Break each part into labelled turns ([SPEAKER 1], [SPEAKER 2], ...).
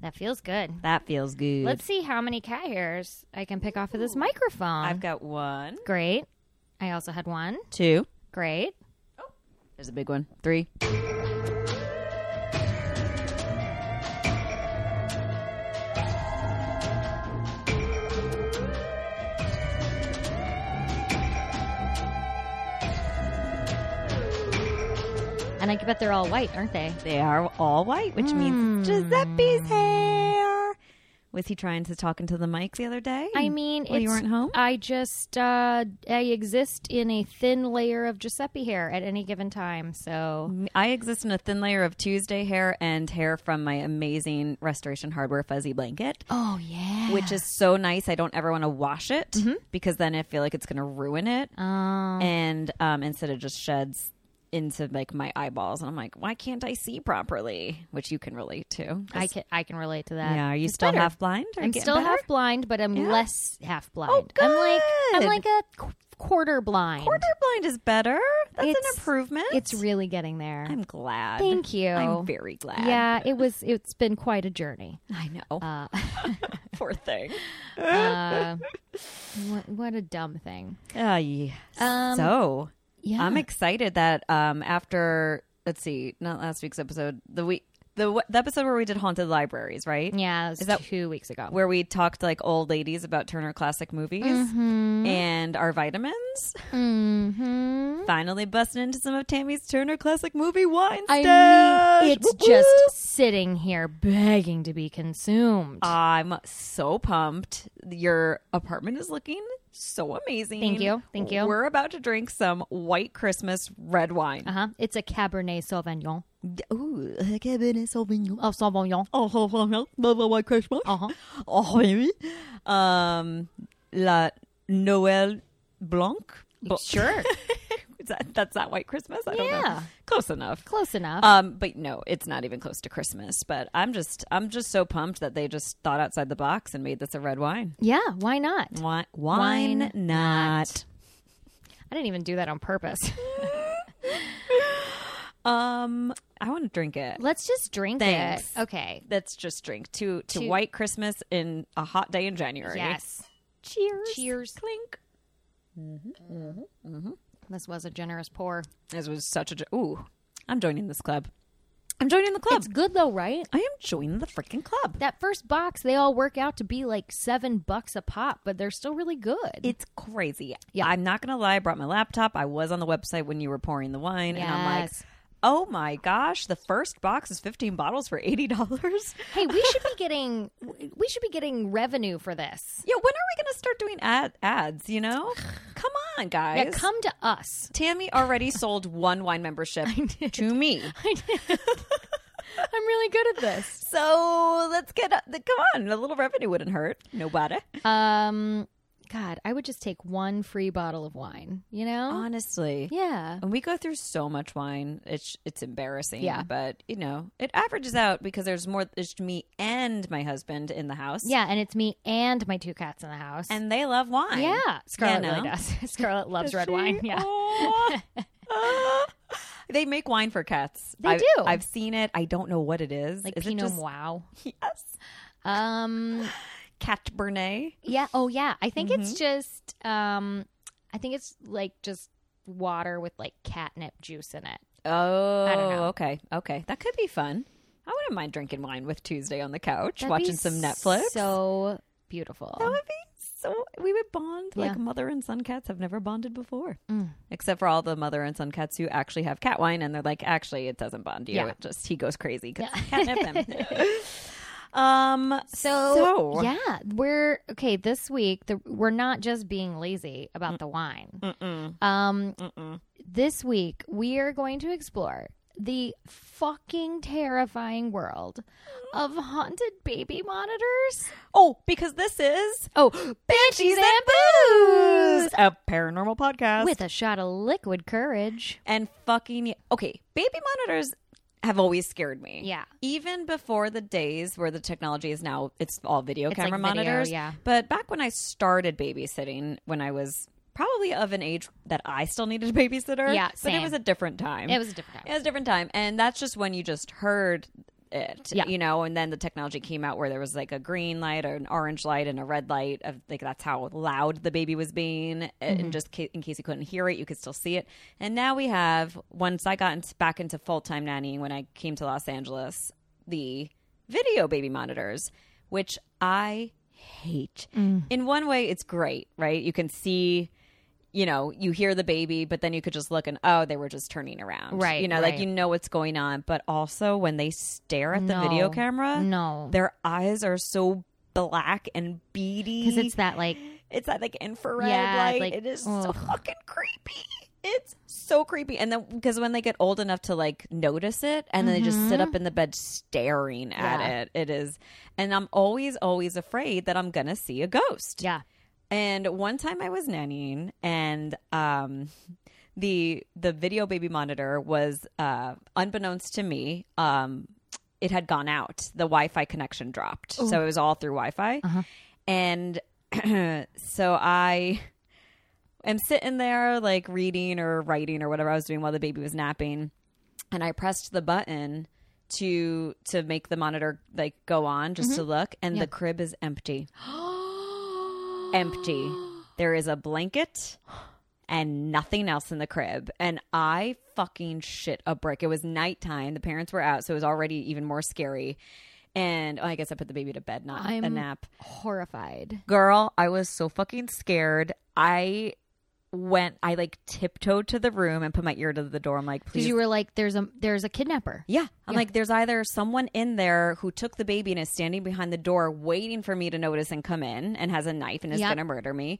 [SPEAKER 1] That feels good.
[SPEAKER 2] That feels good.
[SPEAKER 1] Let's see how many cat hairs I can pick off of this microphone.
[SPEAKER 2] I've got one,
[SPEAKER 1] Great. I also had one.
[SPEAKER 2] two.
[SPEAKER 1] Great.
[SPEAKER 2] There's a big one. Three.
[SPEAKER 1] And I bet they're all white, aren't they?
[SPEAKER 2] They are all white, which means Giuseppe's hair. Was he trying to talk into the mic the other day?
[SPEAKER 1] I mean,
[SPEAKER 2] Hmm. Well, you
[SPEAKER 1] it's-
[SPEAKER 2] weren't home?
[SPEAKER 1] I just uh, I exist in a thin layer of Giuseppe hair at any given time. So
[SPEAKER 2] I exist in a thin layer of Tuesday hair and hair from my amazing Restoration Hardware fuzzy blanket,
[SPEAKER 1] oh yeah,
[SPEAKER 2] which is so nice. I don't ever want to wash it because then I feel like it's going to ruin it. And um, instead, it just sheds into like my eyeballs, and I'm like, why can't I see properly? Which you can relate to.
[SPEAKER 1] I can I can relate to that.
[SPEAKER 2] yeah, are you
[SPEAKER 1] It's
[SPEAKER 2] still
[SPEAKER 1] better.
[SPEAKER 2] half blind? Or
[SPEAKER 1] I'm
[SPEAKER 2] getting
[SPEAKER 1] still
[SPEAKER 2] better?
[SPEAKER 1] half blind, but I'm less half blind.
[SPEAKER 2] Oh,
[SPEAKER 1] I'm like I'm
[SPEAKER 2] good.
[SPEAKER 1] like a qu- quarter blind.
[SPEAKER 2] Quarter blind is better. That's
[SPEAKER 1] It's-
[SPEAKER 2] an improvement.
[SPEAKER 1] It's really getting there.
[SPEAKER 2] I'm glad.
[SPEAKER 1] Thank you.
[SPEAKER 2] I'm very glad.
[SPEAKER 1] yeah, it was. It's been quite a journey.
[SPEAKER 2] I know.
[SPEAKER 1] Uh,
[SPEAKER 2] Poor thing.
[SPEAKER 1] uh, what, what a dumb thing.
[SPEAKER 2] Uh, yeah.
[SPEAKER 1] Um,
[SPEAKER 2] so
[SPEAKER 1] Yeah,
[SPEAKER 2] I'm excited that um, after let's see, not last week's episode, the week the w- the episode where we did haunted libraries, right?
[SPEAKER 1] yeah. It was
[SPEAKER 2] Is that-
[SPEAKER 1] two weeks ago?
[SPEAKER 2] Where we talked to, like old ladies about Turner Classic movies and our vitamins.
[SPEAKER 1] Mm-hmm.
[SPEAKER 2] Finally busting into some of Tammy's Turner Classic movie wine
[SPEAKER 1] I
[SPEAKER 2] stash.
[SPEAKER 1] mean, it's
[SPEAKER 2] Whoop, whoop.
[SPEAKER 1] just sitting here begging to be consumed.
[SPEAKER 2] I'm so pumped. Your apartment is looking so amazing.
[SPEAKER 1] Thank you. Thank you.
[SPEAKER 2] We're about to drink some white Christmas red wine.
[SPEAKER 1] Uh huh. It's a Cabernet Sauvignon.
[SPEAKER 2] Ooh, Cabernet Sauvignon.
[SPEAKER 1] Oh, Sauvignon.
[SPEAKER 2] Oh, oh, oh, oh, blah, blah, white Christmas.
[SPEAKER 1] Uh huh.
[SPEAKER 2] Oh, oui. Um, La Noël Blanc. Bo-
[SPEAKER 1] Sure.
[SPEAKER 2] Is that, that's not white Christmas? I don't know.
[SPEAKER 1] Yeah.
[SPEAKER 2] Close enough.
[SPEAKER 1] Close enough.
[SPEAKER 2] Um, but no, it's not even close to Christmas. But I'm just, I'm just so pumped that they just thought outside the box and made this a red wine.
[SPEAKER 1] yeah. Why not?
[SPEAKER 2] Wine,
[SPEAKER 1] Wine
[SPEAKER 2] wine, not.
[SPEAKER 1] I didn't even do that on purpose.
[SPEAKER 2] Um, I want to drink it.
[SPEAKER 1] Let's just drink
[SPEAKER 2] Thanks.
[SPEAKER 1] it. Okay.
[SPEAKER 2] Let's just drink to to
[SPEAKER 1] To-
[SPEAKER 2] white Christmas in a hot day in January.
[SPEAKER 1] Yes.
[SPEAKER 2] Cheers.
[SPEAKER 1] Cheers.
[SPEAKER 2] Clink.
[SPEAKER 1] This was a generous pour.
[SPEAKER 2] This was such a jo- ooh. I'm joining this club. I'm joining the club.
[SPEAKER 1] It's good though, right?
[SPEAKER 2] I am joining the freaking club.
[SPEAKER 1] That first box, they all work out to be like seven bucks a pop, but they're still really good.
[SPEAKER 2] It's crazy.
[SPEAKER 1] Yeah.
[SPEAKER 2] I'm not gonna lie. I brought my laptop. I was on the website when you were pouring the wine, and I'm like.
[SPEAKER 1] Yes.
[SPEAKER 2] Oh my gosh, the first box is 15 bottles for $80.
[SPEAKER 1] hey, we should be getting we should be getting revenue for this.
[SPEAKER 2] Yeah, when are we going to start doing ad- ads? You know, come on, guys.
[SPEAKER 1] Yeah, come to us.
[SPEAKER 2] Tammy already sold one wine membership to me,
[SPEAKER 1] I'm really good at this.
[SPEAKER 2] so let's get a- the- come on. A little revenue wouldn't hurt. Nobody.
[SPEAKER 1] Um God, I would just take one free bottle of wine, you know?
[SPEAKER 2] Honestly,
[SPEAKER 1] yeah.
[SPEAKER 2] and we go through so much wine. It's it's embarrassing.
[SPEAKER 1] Yeah.
[SPEAKER 2] but you know, it averages out because there's more. It's me and my husband in the house.
[SPEAKER 1] Yeah, and it's me and my two cats in the house.
[SPEAKER 2] and they love wine.
[SPEAKER 1] yeah, Scarlett
[SPEAKER 2] You know?
[SPEAKER 1] really does. Oh. Scarlett loves red
[SPEAKER 2] She-
[SPEAKER 1] wine. Yeah.
[SPEAKER 2] Aw. Ah. they make wine for cats.
[SPEAKER 1] They
[SPEAKER 2] I've-
[SPEAKER 1] do.
[SPEAKER 2] I've seen it. I don't know what it is.
[SPEAKER 1] Like
[SPEAKER 2] is
[SPEAKER 1] Pinot
[SPEAKER 2] it just
[SPEAKER 1] Wow.
[SPEAKER 2] yes,
[SPEAKER 1] Um
[SPEAKER 2] cat Bernet?
[SPEAKER 1] yeah, oh yeah. I think it's
[SPEAKER 2] Mm-hmm.
[SPEAKER 1] just um I think it's like just water with like catnip juice in it.
[SPEAKER 2] Oh,
[SPEAKER 1] I don't know.
[SPEAKER 2] Okay, okay, that could be fun. I wouldn't mind drinking wine with Tuesday on the couch,
[SPEAKER 1] That'd be
[SPEAKER 2] watching some Netflix.
[SPEAKER 1] So beautiful.
[SPEAKER 2] that would be so. We would bond
[SPEAKER 1] Yeah.
[SPEAKER 2] like mother and son cats have never bonded before, except for all the mother and son cats who actually have cat wine, and they're like, actually, it doesn't bond you.
[SPEAKER 1] Yeah.
[SPEAKER 2] It just he goes crazy because catnip him. um.
[SPEAKER 1] So,
[SPEAKER 2] so
[SPEAKER 1] yeah, we're okay. This week, the, we're not just being lazy
[SPEAKER 2] Mm.
[SPEAKER 1] about the wine. Um, this week we are going to explore the fucking terrifying world of haunted baby monitors.
[SPEAKER 2] Oh, because this is
[SPEAKER 1] Oh,
[SPEAKER 2] Banshees and Booze, a paranormal podcast
[SPEAKER 1] with a shot of liquid courage.
[SPEAKER 2] and fucking okay. Baby monitors have always scared me.
[SPEAKER 1] Yeah.
[SPEAKER 2] even before the days where the technology is now it's all video
[SPEAKER 1] It's like
[SPEAKER 2] camera
[SPEAKER 1] video,
[SPEAKER 2] monitors.
[SPEAKER 1] yeah.
[SPEAKER 2] but back when I started babysitting, when I was probably of an age that I still needed a babysitter.
[SPEAKER 1] Yeah,
[SPEAKER 2] but
[SPEAKER 1] same.
[SPEAKER 2] it was a different time.
[SPEAKER 1] It was a different
[SPEAKER 2] It
[SPEAKER 1] time.
[SPEAKER 2] was a different time, and that's just when you just heard it.
[SPEAKER 1] Yeah.
[SPEAKER 2] You know, and then the technology came out where there was like a green light or an orange light and a red light of like that's how loud the baby was being and just ca- in case you couldn't hear it, you could still see it. And now we have once I got in, back into full-time nannying when I came to Los Angeles, the video baby monitors, which I hate. In one way it's great, right? You can see you know, you hear the baby, but then you could just look and oh, they were just turning around.
[SPEAKER 1] Right,
[SPEAKER 2] You know, like
[SPEAKER 1] right.
[SPEAKER 2] you know what's going on. But also when they stare at the video
[SPEAKER 1] No, Mm.
[SPEAKER 2] camera,
[SPEAKER 1] no.
[SPEAKER 2] their eyes are so black and beady.
[SPEAKER 1] because it's that like
[SPEAKER 2] it's that like infrared
[SPEAKER 1] Yeah,
[SPEAKER 2] light.
[SPEAKER 1] like,
[SPEAKER 2] it is so
[SPEAKER 1] ugh.
[SPEAKER 2] fucking creepy. It's so creepy. And then because when they get old enough to like notice it and then they just sit up in the bed staring
[SPEAKER 1] Mm-hmm. Yeah.
[SPEAKER 2] at it. It is and I'm always, always afraid that I'm gonna see a ghost.
[SPEAKER 1] yeah
[SPEAKER 2] And one time I was nannying and um the the video baby monitor was uh unbeknownst to me, um it had gone out. The Wi-Fi connection dropped. So it was all through Wi-Fi. And so I am sitting there like reading or writing or whatever I was doing while the baby was napping and I pressed the button to to make the monitor like go on just to look and the crib is empty empty. There is a blanket and nothing else in the crib. And I fucking shit a brick. It was nighttime. The parents were out, so it was already even more scary. And oh, I guess I put the baby to bed, not a
[SPEAKER 1] I'm-
[SPEAKER 2] nap.
[SPEAKER 1] horrified
[SPEAKER 2] Girl, I was so fucking scared. I went, I like tiptoed to the room and put my ear to the door. I'm like,
[SPEAKER 1] because
[SPEAKER 2] please
[SPEAKER 1] you were like there's a there's a kidnapper
[SPEAKER 2] yeah. I'm like, there's either someone in there who took the baby and is standing behind the door waiting for me to notice and come in and has a knife and is
[SPEAKER 1] Yep.
[SPEAKER 2] going to murder me.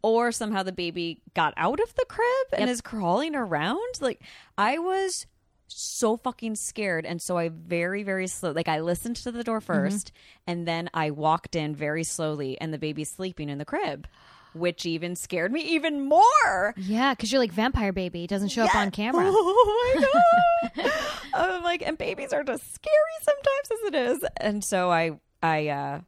[SPEAKER 2] Or somehow the baby got out of the crib and is crawling around. Like, I was so fucking scared. And so I very, very slow, like, I listened to the door 1st and then I walked in very slowly and the baby's sleeping in the crib, which even scared me even more.
[SPEAKER 1] yeah because you're like vampire baby doesn't show up on camera
[SPEAKER 2] Oh my god! I'm like, and babies are just scary sometimes as it is. And so I, I, uh,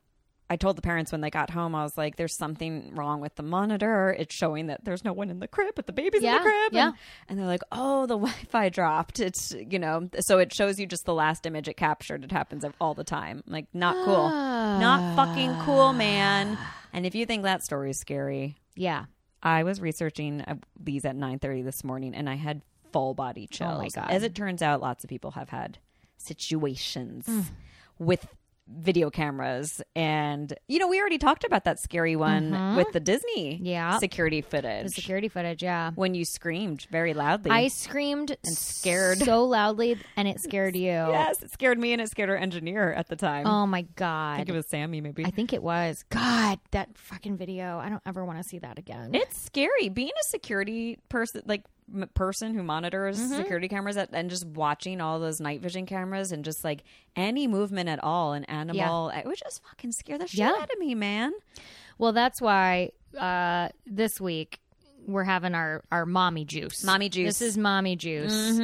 [SPEAKER 2] I told the parents when they got home, I was like, "There's something wrong with the monitor. It's showing that there's no one in the crib, but the baby's in
[SPEAKER 1] Yeah,
[SPEAKER 2] the crib."
[SPEAKER 1] yeah.
[SPEAKER 2] And, and they're like, "Oh, the Wi-Fi dropped. It's you know, so it shows you just the last image it captured. It happens all the time. Like, not cool, not fucking cool, man."
[SPEAKER 1] Ah.
[SPEAKER 2] And if you think that story is scary,
[SPEAKER 1] yeah
[SPEAKER 2] I was researching uh, these at 9:30 this morning and I had full body chills.
[SPEAKER 1] Oh God.
[SPEAKER 2] As it turns out, lots of people have had situations
[SPEAKER 1] Mm.
[SPEAKER 2] with video cameras and you know, we already talked about that scary one with the Disney
[SPEAKER 1] Mm-hmm. Yeah.
[SPEAKER 2] security
[SPEAKER 1] the
[SPEAKER 2] footage
[SPEAKER 1] security footage yeah
[SPEAKER 2] when you screamed very loudly.
[SPEAKER 1] I screamed and
[SPEAKER 2] scared.
[SPEAKER 1] so loudly and it scared you
[SPEAKER 2] yes, it scared me and it scared our engineer at the time.
[SPEAKER 1] oh my
[SPEAKER 2] I think
[SPEAKER 1] god
[SPEAKER 2] it was Sammy maybe.
[SPEAKER 1] I think it was god that fucking video I don't ever want to see that again
[SPEAKER 2] It's scary being a security person, like m- person who monitors
[SPEAKER 1] Mm-hmm.
[SPEAKER 2] security cameras at, and just watching all those night vision cameras and just like any movement at all, an animal. It would just fucking scare the shit
[SPEAKER 1] Yeah.
[SPEAKER 2] out of me, man.
[SPEAKER 1] Well, that's why uh, this week we're having our, our mommy juice.
[SPEAKER 2] Mommy juice.
[SPEAKER 1] This
[SPEAKER 2] Mm-hmm.
[SPEAKER 1] is mommy juice.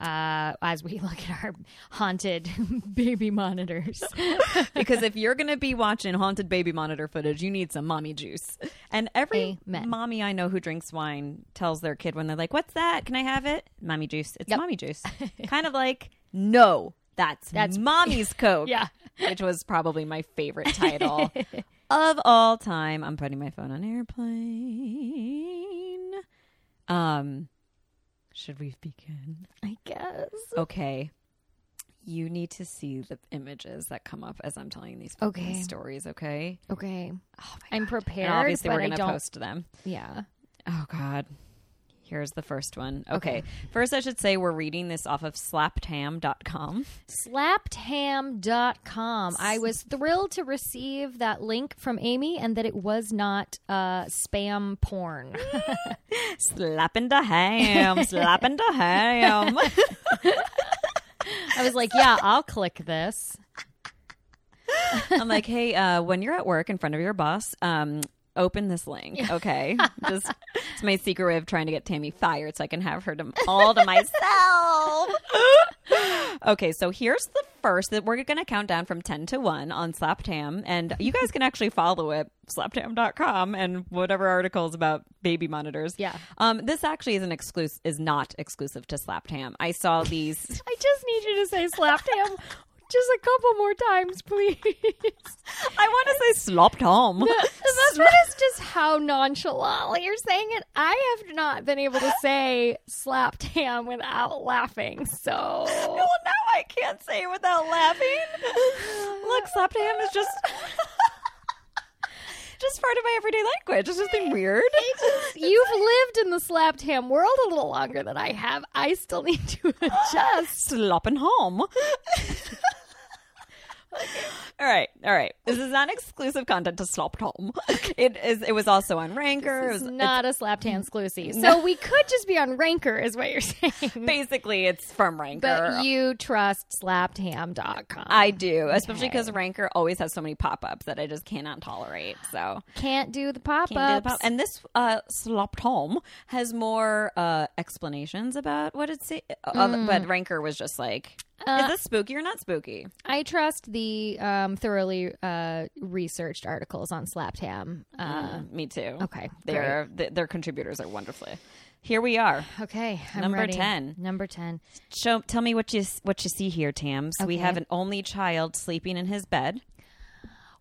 [SPEAKER 1] Uh, as we look at our haunted baby monitors.
[SPEAKER 2] because if you're gonna be watching haunted baby monitor footage, you need some mommy juice. And every
[SPEAKER 1] Amen.
[SPEAKER 2] mommy I know who drinks wine tells their kid when they're like, "What's that? Can I have it?" Mommy juice. It's mommy juice. kind of like no. That's that's mommy's coke.
[SPEAKER 1] Yeah.
[SPEAKER 2] which was probably my favorite title of all time. I'm putting my phone on airplane. Um, should we begin?
[SPEAKER 1] I guess.
[SPEAKER 2] Okay. You need to see the images that come up as I'm telling these
[SPEAKER 1] Okay.
[SPEAKER 2] fucking stories, okay?
[SPEAKER 1] Okay. I'm prepared.
[SPEAKER 2] Oh And obviously,
[SPEAKER 1] but
[SPEAKER 2] we're going
[SPEAKER 1] I
[SPEAKER 2] to
[SPEAKER 1] don't,
[SPEAKER 2] post them.
[SPEAKER 1] Yeah.
[SPEAKER 2] Oh, God. Here's the first one. Okay. First, I should say we're reading this off of slappedham.com.
[SPEAKER 1] Slappedham.com. I was thrilled to receive that link from Amy and that it was not uh, spam porn.
[SPEAKER 2] Slapping the ham. slapping the ham.
[SPEAKER 1] I was like, yeah, I'll click this.
[SPEAKER 2] I'm like, hey, uh, when you're at work in front of your boss, um, open this link, okay? Just, it's my secret way of trying to get Tammy fired so I can have her to, all to myself. okay, so here's the first that we're going to count down from 10 to 1 on Slaptam. And you guys can actually follow it, slaptam.com, and whatever articles about baby monitors.
[SPEAKER 1] Yeah.
[SPEAKER 2] Um, this actually is, an exclus- is not exclusive to Slaptam. I saw these.
[SPEAKER 1] I just need you to say slapped him Just a couple more times, please.
[SPEAKER 2] I want to say slopped home.
[SPEAKER 1] That's what is just how nonchalantly you're saying it. I have not been able to say slapped ham without laughing. So
[SPEAKER 2] well, now I can't say it without laughing. Look, slapped ham is just just part of my everyday language. It's nothing weird.
[SPEAKER 1] you've lived in the slapped ham world a little longer than I have. I still need to adjust.
[SPEAKER 2] slopping home. All right, all right. This is not exclusive content to Slopped Home. It is. It was also on Ranker.
[SPEAKER 1] It's
[SPEAKER 2] It was-
[SPEAKER 1] not a slapped ham exclusive. So we could just be on Ranker, is what you're saying.
[SPEAKER 2] basically, it's from Ranker.
[SPEAKER 1] But you trust slappedham.com.
[SPEAKER 2] I do, especially because Ranker always has so many pop-ups that I just cannot tolerate. So
[SPEAKER 1] can't do the pop-ups.
[SPEAKER 2] Can't do the pop- And this uh, slopped home has more uh, explanations about what it's. Uh, but Ranker was just like, is this spooky or not spooky?
[SPEAKER 1] I trust the um, thoroughly uh, researched articles on slappedham. Uh,
[SPEAKER 2] Uh, me too.
[SPEAKER 1] okay,
[SPEAKER 2] Their, th- their contributors are wonderfully. Here we are.
[SPEAKER 1] okay, I'm
[SPEAKER 2] Number
[SPEAKER 1] ready.
[SPEAKER 2] 10.
[SPEAKER 1] Number ten.
[SPEAKER 2] Show, tell me what you s- what you see here, Tams. We
[SPEAKER 1] Okay.
[SPEAKER 2] have an only child sleeping in his bed.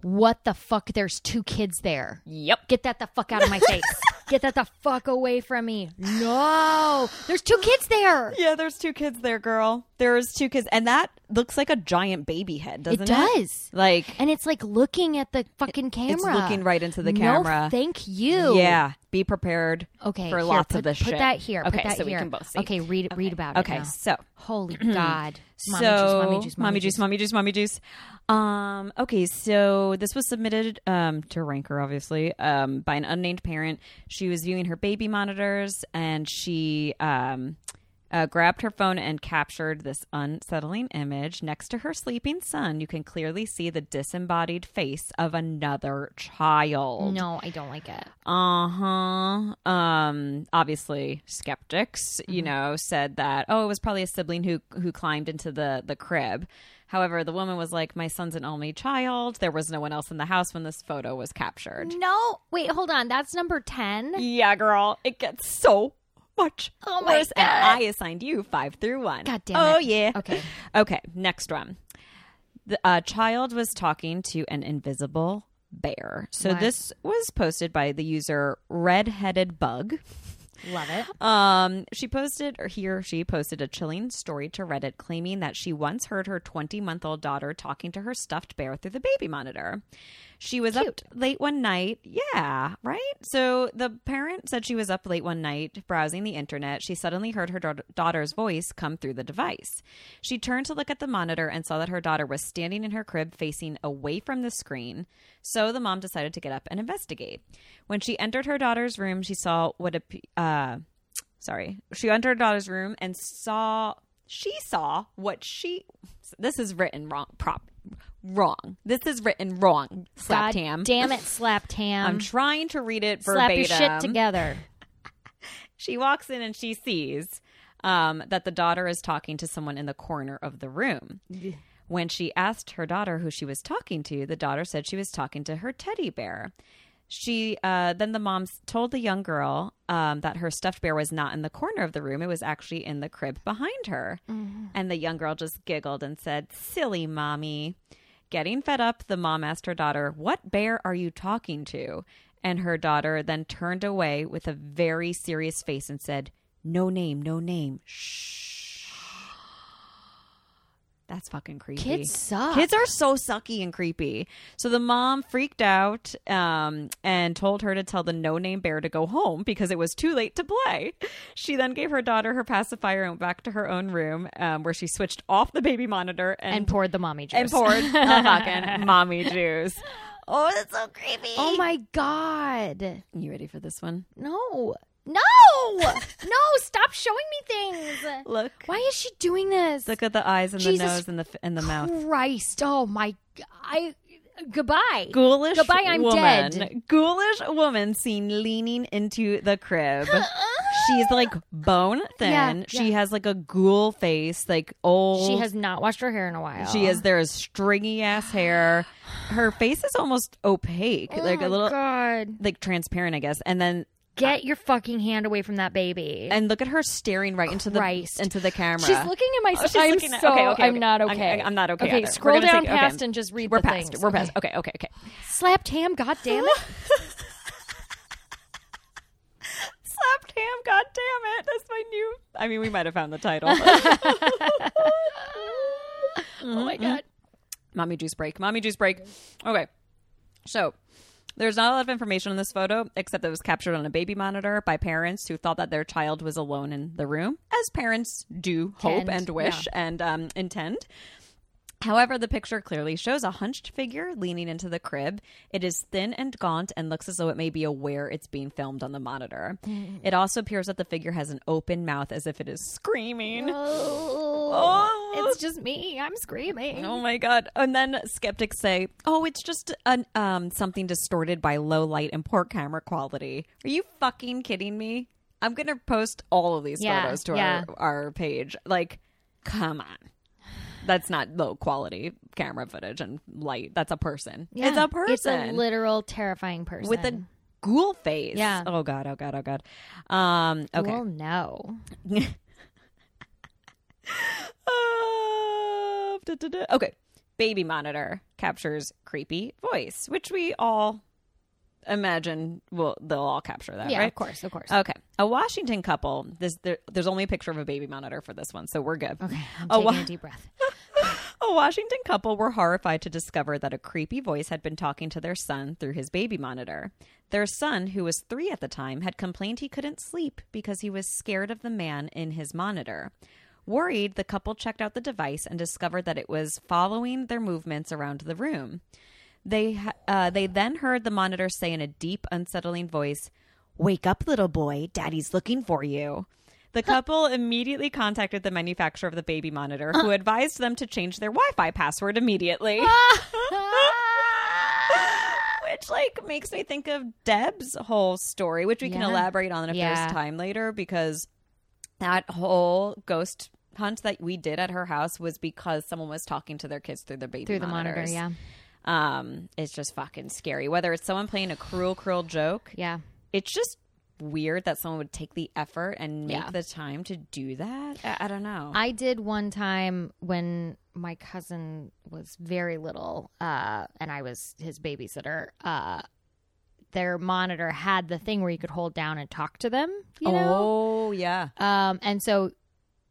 [SPEAKER 1] What the fuck? There's two kids there.
[SPEAKER 2] Yep.
[SPEAKER 1] Get that the fuck out of my face. Get that the fuck away from me. No, there's two kids there.
[SPEAKER 2] Yeah, there's two kids there, girl. There's two kids, and that looks like a giant baby head, doesn't it?
[SPEAKER 1] does.
[SPEAKER 2] Like
[SPEAKER 1] And it's like looking at the fucking camera.
[SPEAKER 2] looking right into the
[SPEAKER 1] No,
[SPEAKER 2] camera.
[SPEAKER 1] thank you.
[SPEAKER 2] Yeah, be prepared.
[SPEAKER 1] Okay.
[SPEAKER 2] for
[SPEAKER 1] here,
[SPEAKER 2] lots
[SPEAKER 1] put,
[SPEAKER 2] of this
[SPEAKER 1] Put
[SPEAKER 2] shit.
[SPEAKER 1] that here.
[SPEAKER 2] Okay,
[SPEAKER 1] put that
[SPEAKER 2] so we
[SPEAKER 1] here.
[SPEAKER 2] can both see.
[SPEAKER 1] Okay. Read read about it.
[SPEAKER 2] Okay,
[SPEAKER 1] now.
[SPEAKER 2] so
[SPEAKER 1] Holy God. Mommy
[SPEAKER 2] so
[SPEAKER 1] juice, mommy juice, mommy juice.
[SPEAKER 2] mommy juice, mommy juice. Um, okay, so this was submitted um, to Ranker, obviously, um, by an unnamed parent. She was viewing her baby monitors, and she um, uh, grabbed her phone and captured this unsettling image next to her sleeping son. You can clearly see the disembodied face of another child.
[SPEAKER 1] No, I don't like it.
[SPEAKER 2] Uh-huh. Um obviously skeptics, you know, said that oh, it was probably a sibling who who climbed into the the crib. However, the woman was like my son's an only child. There was no one else in the house when this photo was captured.
[SPEAKER 1] No, wait, hold on. That's number 10.
[SPEAKER 2] Yeah, girl, it gets so much
[SPEAKER 1] Oh my
[SPEAKER 2] worse and I assigned you 5 through 1.
[SPEAKER 1] God damn
[SPEAKER 2] oh
[SPEAKER 1] it.
[SPEAKER 2] yeah.
[SPEAKER 1] Okay.
[SPEAKER 2] Okay, next one. The uh, child was talking to an invisible bear. So
[SPEAKER 1] What?
[SPEAKER 2] this was posted by the user Redheaded Bug.
[SPEAKER 1] Love it.
[SPEAKER 2] Um, she posted, or he or she posted a chilling story to Reddit claiming that she once heard her 20 month old daughter talking to her stuffed bear through the baby monitor. She was up late one night. Yeah, right? So the parent said she was up late one night browsing the internet. She suddenly heard her daugh- daughter's voice come through the device. She turned to look at the monitor and saw that her daughter was standing in her crib facing away from the screen. So the mom decided to get up and investigate. When she entered her daughter's room, she saw what a. Uh, sorry she entered her daughter's room and saw she saw what she this is written wrong prop wrong this is written wrong
[SPEAKER 1] God
[SPEAKER 2] slapped ham
[SPEAKER 1] damn it, slapped ham.
[SPEAKER 2] i'm trying to read it
[SPEAKER 1] Slap
[SPEAKER 2] verbatim
[SPEAKER 1] your shit together.
[SPEAKER 2] she walks in and she sees um, that the daughter is talking to someone in the corner of the room. When she asked her daughter who she was talking to, the daughter said she was talking to her teddy bear. She uh, then the mom s- told the young girl um, that her stuffed bear was not in the corner of the room; it was actually in the crib behind her. And the young girl just giggled and said, "Silly mommy." Getting fed up, the mom asked her daughter, What bear are you talking to? And her daughter then turned away with a very serious face and said, No name, no name. Shh. That's fucking creepy.
[SPEAKER 1] Kids suck.
[SPEAKER 2] Kids are so sucky and creepy. So the mom freaked out um, and told her to tell the no name bear to go home because it was too late to play. She then gave her daughter her pacifier and went back to her own room um, where she switched off the baby monitor and
[SPEAKER 1] and poured the mommy juice.
[SPEAKER 2] and poured a fucking mommy juice.
[SPEAKER 3] Oh, that's so creepy.
[SPEAKER 1] oh my God.
[SPEAKER 2] You ready for this one?
[SPEAKER 1] No. No. no, stop showing me things.
[SPEAKER 2] Look,
[SPEAKER 1] Why is she doing this?
[SPEAKER 2] look at the eyes and
[SPEAKER 1] Jesus
[SPEAKER 2] the nose and the f- and the mouth.
[SPEAKER 1] Christ. Oh my. g- I. Goodbye.
[SPEAKER 2] Ghoulish
[SPEAKER 1] Goodbye, I'm
[SPEAKER 2] woman.
[SPEAKER 1] dead.
[SPEAKER 2] Ghoulish woman seen leaning into the crib. She's like bone thin.
[SPEAKER 1] Yeah,
[SPEAKER 2] She has like a ghoul face, like old.
[SPEAKER 1] She has not washed her hair in a while.
[SPEAKER 2] She has there is stringy ass hair. Her face is almost opaque, like a
[SPEAKER 1] Oh,
[SPEAKER 2] little
[SPEAKER 1] God.
[SPEAKER 2] like transparent, I guess. And then
[SPEAKER 1] Get your fucking hand away from that baby.
[SPEAKER 2] And look at her staring right into the
[SPEAKER 1] Christ.
[SPEAKER 2] into the camera.
[SPEAKER 1] She's looking at my.
[SPEAKER 2] Oh, she's
[SPEAKER 1] I'm
[SPEAKER 2] looking at-
[SPEAKER 1] so.
[SPEAKER 2] okay, okay,
[SPEAKER 1] I'm
[SPEAKER 2] okay.
[SPEAKER 1] not
[SPEAKER 2] I'm-
[SPEAKER 1] okay.
[SPEAKER 2] I'm not okay
[SPEAKER 1] Okay,
[SPEAKER 2] either. We're
[SPEAKER 1] scroll
[SPEAKER 2] gonna
[SPEAKER 1] down
[SPEAKER 2] take- okay.
[SPEAKER 1] past and just read.
[SPEAKER 2] We're
[SPEAKER 1] the
[SPEAKER 2] past.
[SPEAKER 1] things.
[SPEAKER 2] We're
[SPEAKER 1] Okay.
[SPEAKER 2] past. Okay, okay, okay.
[SPEAKER 1] Slapped ham. God damn it.
[SPEAKER 2] Slapped ham. God damn it! That's my new. I mean, we might have found the title. Mm-hmm.
[SPEAKER 1] Oh my god.
[SPEAKER 2] Mommy juice break. Mommy juice break. Okay. So there's not a lot of information in this photo, except that it was captured on a baby monitor by parents who thought that their child was alone in the room, as parents do hope
[SPEAKER 1] Tend,
[SPEAKER 2] and wish and um, intend. However, the picture clearly shows a hunched figure leaning into the crib. It is thin and gaunt and looks as though it may be aware it's being filmed on the monitor. It also appears that the figure has an open mouth as if it is screaming.
[SPEAKER 1] Oh, It's just me. I'm screaming.
[SPEAKER 2] Oh my god! And then skeptics say, "Oh, it's just an um something distorted by low light and poor camera quality." Are you fucking kidding me? I'm gonna post all of these
[SPEAKER 1] Yeah,
[SPEAKER 2] photos to
[SPEAKER 1] yeah.
[SPEAKER 2] our our page. Like, come on, that's not low quality camera footage and light. That's a person.
[SPEAKER 1] Yeah.
[SPEAKER 2] It's a person
[SPEAKER 1] It's a literal terrifying person.
[SPEAKER 2] with a ghoul face.
[SPEAKER 1] Yeah.
[SPEAKER 2] Oh god. Oh god. Oh god. Um. Okay.
[SPEAKER 1] Well, no.
[SPEAKER 2] Uh, da, da, da. Okay. Baby monitor captures creepy voice, which we all imagine will they'll all capture that,
[SPEAKER 1] Yeah,
[SPEAKER 2] right? Uh,
[SPEAKER 1] of course, of course.
[SPEAKER 2] Okay. A Washington couple. This there, there's only a picture of a baby monitor for this one, so we're good.
[SPEAKER 1] okay, I'm
[SPEAKER 2] Oh,
[SPEAKER 1] taking
[SPEAKER 2] wha-
[SPEAKER 1] a deep breath.
[SPEAKER 2] A Washington couple were horrified to discover that a creepy voice had been talking to their son through his baby monitor. Their son, who was three at the time, had complained he couldn't sleep because he was scared of the man in his monitor. Worried, the couple checked out the device and discovered that it was following their movements around the room. They ha- uh, they then heard the monitor say in a deep, unsettling voice, "Wake up, little boy! Daddy's looking for you." The couple immediately contacted the manufacturer of the baby monitor,
[SPEAKER 1] Uh.
[SPEAKER 2] who advised them to change their Wi-Fi password immediately.
[SPEAKER 1] Ah.
[SPEAKER 2] which like makes me think of Deb's whole story, which we can
[SPEAKER 1] Yeah.
[SPEAKER 2] elaborate on if
[SPEAKER 1] Yeah.
[SPEAKER 2] there's time later, because that whole ghost hunt that we did at her house was because someone was talking to their kids through their baby
[SPEAKER 1] Through the monitor,
[SPEAKER 2] monitors.
[SPEAKER 1] yeah,
[SPEAKER 2] Um, it's just fucking scary. Whether it's someone playing a cruel, cruel joke,
[SPEAKER 1] yeah.
[SPEAKER 2] it's just weird that someone would take the effort and make
[SPEAKER 1] Yeah.
[SPEAKER 2] the time to do that. I, I don't know.
[SPEAKER 1] I did one time when my cousin was very little, uh, and I was his babysitter. Uh, their monitor had the thing where you could hold down and talk to them. You know,
[SPEAKER 2] Oh yeah.
[SPEAKER 1] Um, and so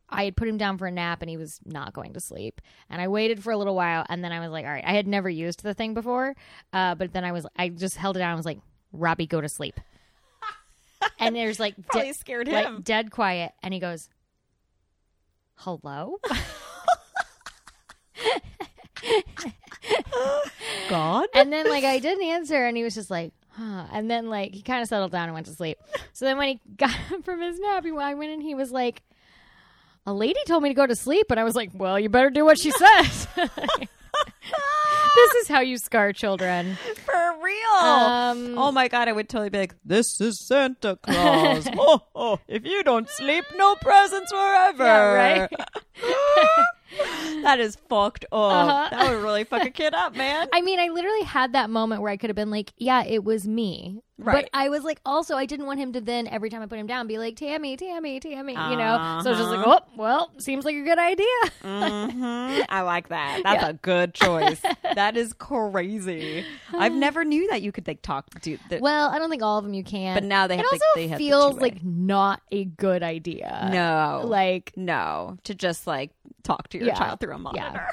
[SPEAKER 1] I had put him down for a nap and he was not going to sleep. And I waited for a little while and then I was like, all right, I had never used the thing before. Uh, but then I was, I just held it out and was like, Robbie, go to sleep. and there's like,
[SPEAKER 2] Probably scared
[SPEAKER 1] like,
[SPEAKER 2] him.
[SPEAKER 1] dead quiet. And he goes, hello?
[SPEAKER 2] God.
[SPEAKER 1] and then like I didn't answer, and he was just like, huh. And then like he kind of settled down and went to sleep. So then when he got up from his nap, he, I went and he was like, a lady told me to go to sleep, and I was like, well, you better do what she says. this is how you scar children.
[SPEAKER 2] For real.
[SPEAKER 1] Um,
[SPEAKER 2] oh my god, I would totally be like, This is Santa Claus. oh, oh, if you don't sleep, no presents forever.
[SPEAKER 1] Yeah,
[SPEAKER 2] that is fucked up.
[SPEAKER 1] Uh-huh.
[SPEAKER 2] That would really fuck a kid up, man.
[SPEAKER 1] I mean, I literally had that moment where I could have been like, yeah, it was me.
[SPEAKER 2] Right.
[SPEAKER 1] But I was like, also, I didn't want him to then, every time I put him down, be like, Tammy, Tammy, Tammy, you know? So I was just like,
[SPEAKER 2] Uh-huh.
[SPEAKER 1] oh, well, seems like a good idea. Mm-hmm.
[SPEAKER 2] Mhm. I like that. That's a good choice. that is crazy. I've never knew that you could like talk do the,
[SPEAKER 1] Mm. Well, I don't think all of them you can.
[SPEAKER 2] But now they
[SPEAKER 1] it
[SPEAKER 2] have the-
[SPEAKER 1] also
[SPEAKER 2] they have the
[SPEAKER 1] feels
[SPEAKER 2] two-way.
[SPEAKER 1] like not a good idea.
[SPEAKER 2] no
[SPEAKER 1] like
[SPEAKER 2] no to just like talk to your
[SPEAKER 1] Yeah.
[SPEAKER 2] child through a monitor.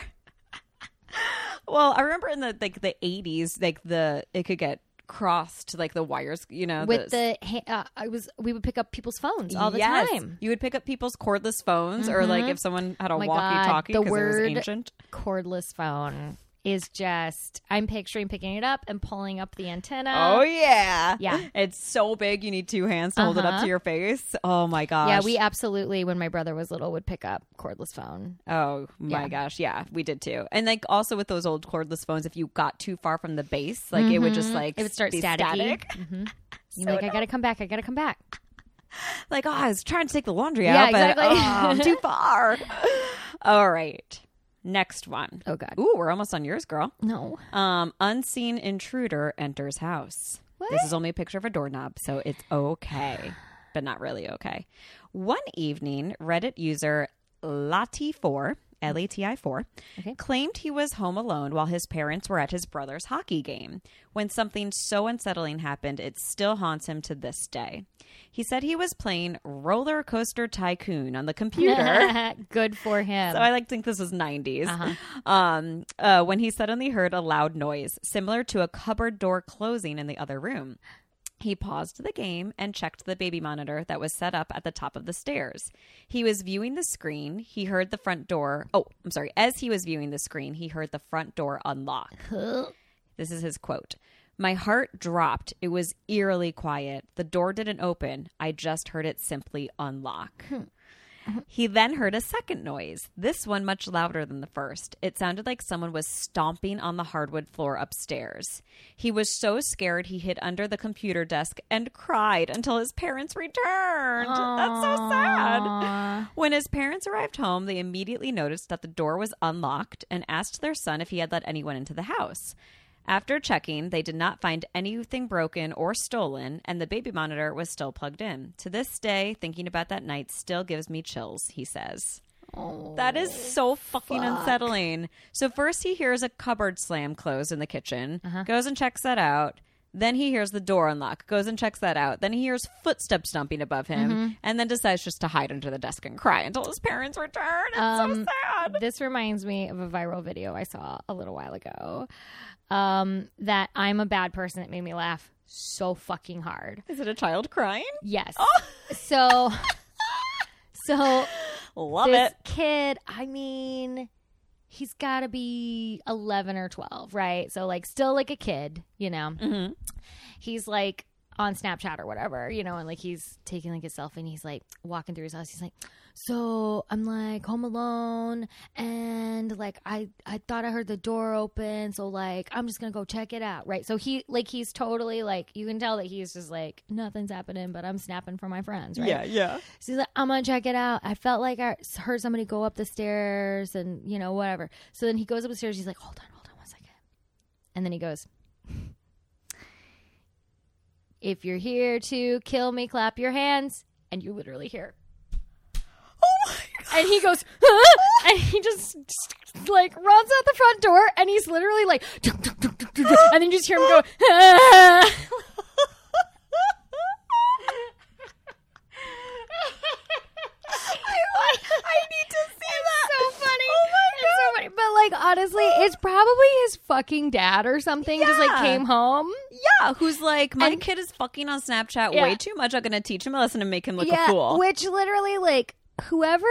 [SPEAKER 2] well, I remember in the like the eighties, like the it could get crossed like the wires, you know,
[SPEAKER 1] with the ha- uh, I was we would pick up people's phones all the
[SPEAKER 2] Yes.
[SPEAKER 1] time. Mm-hmm. Oh
[SPEAKER 2] You would pick up people's cordless phones, or like if someone had a
[SPEAKER 1] my God,
[SPEAKER 2] walkie-talkie
[SPEAKER 1] the
[SPEAKER 2] because it was
[SPEAKER 1] word-
[SPEAKER 2] ancient.
[SPEAKER 1] Cordless phone is just I'm picturing picking it up and pulling up the antenna.
[SPEAKER 2] Oh yeah,
[SPEAKER 1] Yeah. Uh-huh.
[SPEAKER 2] It's so big. You need two hands to hold it up to your face. Oh my gosh.
[SPEAKER 1] yeah, we absolutely when my brother was little would pick up cordless phone.
[SPEAKER 2] Oh my
[SPEAKER 1] Yeah.
[SPEAKER 2] gosh, yeah, we did too. And like also with those old cordless phones, if you got too far from the base, like it would just like
[SPEAKER 1] Mm-hmm. It would start
[SPEAKER 2] be
[SPEAKER 1] staticky.
[SPEAKER 2] static.
[SPEAKER 1] You're like I got to come back. I got to come back.
[SPEAKER 2] Like oh, I was trying to take the laundry
[SPEAKER 1] Yeah,
[SPEAKER 2] out,
[SPEAKER 1] exactly.
[SPEAKER 2] but oh, I'm too far. All right, next one.
[SPEAKER 1] Oh god.
[SPEAKER 2] Ooh, we're almost on yours, girl.
[SPEAKER 1] No.
[SPEAKER 2] Um, unseen intruder enters house. This is only a picture of a doorknob, so it's okay, but not really okay. One evening, Reddit user Lati4, L A T I 4,
[SPEAKER 1] Okay.
[SPEAKER 2] claimed he was home alone while his parents were at his brother's hockey game when something so unsettling happened it still haunts him to this day. He said he was playing Roller Coaster Tycoon on the computer.
[SPEAKER 1] Good for him.
[SPEAKER 2] So I like think this was 90s. Um, uh, when he suddenly heard a loud noise similar to a cupboard door closing in the other room. He paused the game and checked the baby monitor that was set up at the top of the stairs. He was viewing the screen. He heard the front door. Oh, I'm sorry. As he was viewing the screen, he heard the front door unlock. This is his quote. My heart dropped. It was eerily quiet. The door didn't open. I just heard it simply unlock. He then heard a second noise, this one much louder than the first. It sounded like someone was stomping on the hardwood floor upstairs. He was so scared he hid under the computer desk and cried until his parents returned. That's so sad. When his parents arrived home, they immediately noticed that the door was unlocked and asked their son if he had let anyone into the house. After checking, they did not find anything broken or stolen, and the baby monitor was still plugged in. To this day, thinking about that night still gives me chills, he says. that
[SPEAKER 1] Oh,
[SPEAKER 2] is so fucking unsettling. So, first he hears a cupboard slam close in the kitchen,
[SPEAKER 1] Uh-huh.
[SPEAKER 2] goes and checks that out. Then he hears the door unlock, goes and checks that out. Then he hears footsteps stomping above him,
[SPEAKER 1] Mm-hmm.
[SPEAKER 2] and then decides just to hide under the desk and cry until his parents return. It's
[SPEAKER 1] Um,
[SPEAKER 2] so sad.
[SPEAKER 1] This reminds me of a viral video I saw a little while ago. Um, that I'm a bad person that made me laugh so fucking hard.
[SPEAKER 2] Is it a child crying?
[SPEAKER 1] Yes. So, so
[SPEAKER 2] Love
[SPEAKER 1] this
[SPEAKER 2] it.
[SPEAKER 1] kid, I mean, he's got to be 11 or 12, right? So, like, still like a kid, you know?
[SPEAKER 2] Mm-hmm.
[SPEAKER 1] He's like on Snapchat or whatever, you know, and like he's taking like a selfie and he's like walking through his house. He's like, So I'm like home alone and like I, I thought I heard the door open. So, like, I'm just going to go check it out, right? So, he, like, he's totally like, you can tell that he's just like, nothing's happening, but I'm snapping for my friends, right?
[SPEAKER 2] Yeah, yeah.
[SPEAKER 1] She's like, I'm gonna check it out. I felt like I heard somebody go up the stairs and you know whatever. So then he goes up the stairs. He's like, hold on, hold on one second. And then he goes, if you're here to kill me, clap your hands. And you literally hear. Oh my god! And he goes, "Huh?" and he just, just, like runs out the front door, and he's literally like, and then you just hear him go. "Huh?"
[SPEAKER 2] I need to see that. Oh
[SPEAKER 1] so funny. It's so funny. But like honestly, it's probably his fucking dad or something just like
[SPEAKER 2] Yeah.
[SPEAKER 1] came home.
[SPEAKER 2] Yeah, who's like, my
[SPEAKER 1] And-
[SPEAKER 2] kid is fucking on Snapchat
[SPEAKER 1] Yeah.
[SPEAKER 2] way too much. I'm gonna teach him a lesson and make him look a fool.
[SPEAKER 1] Which literally like whoever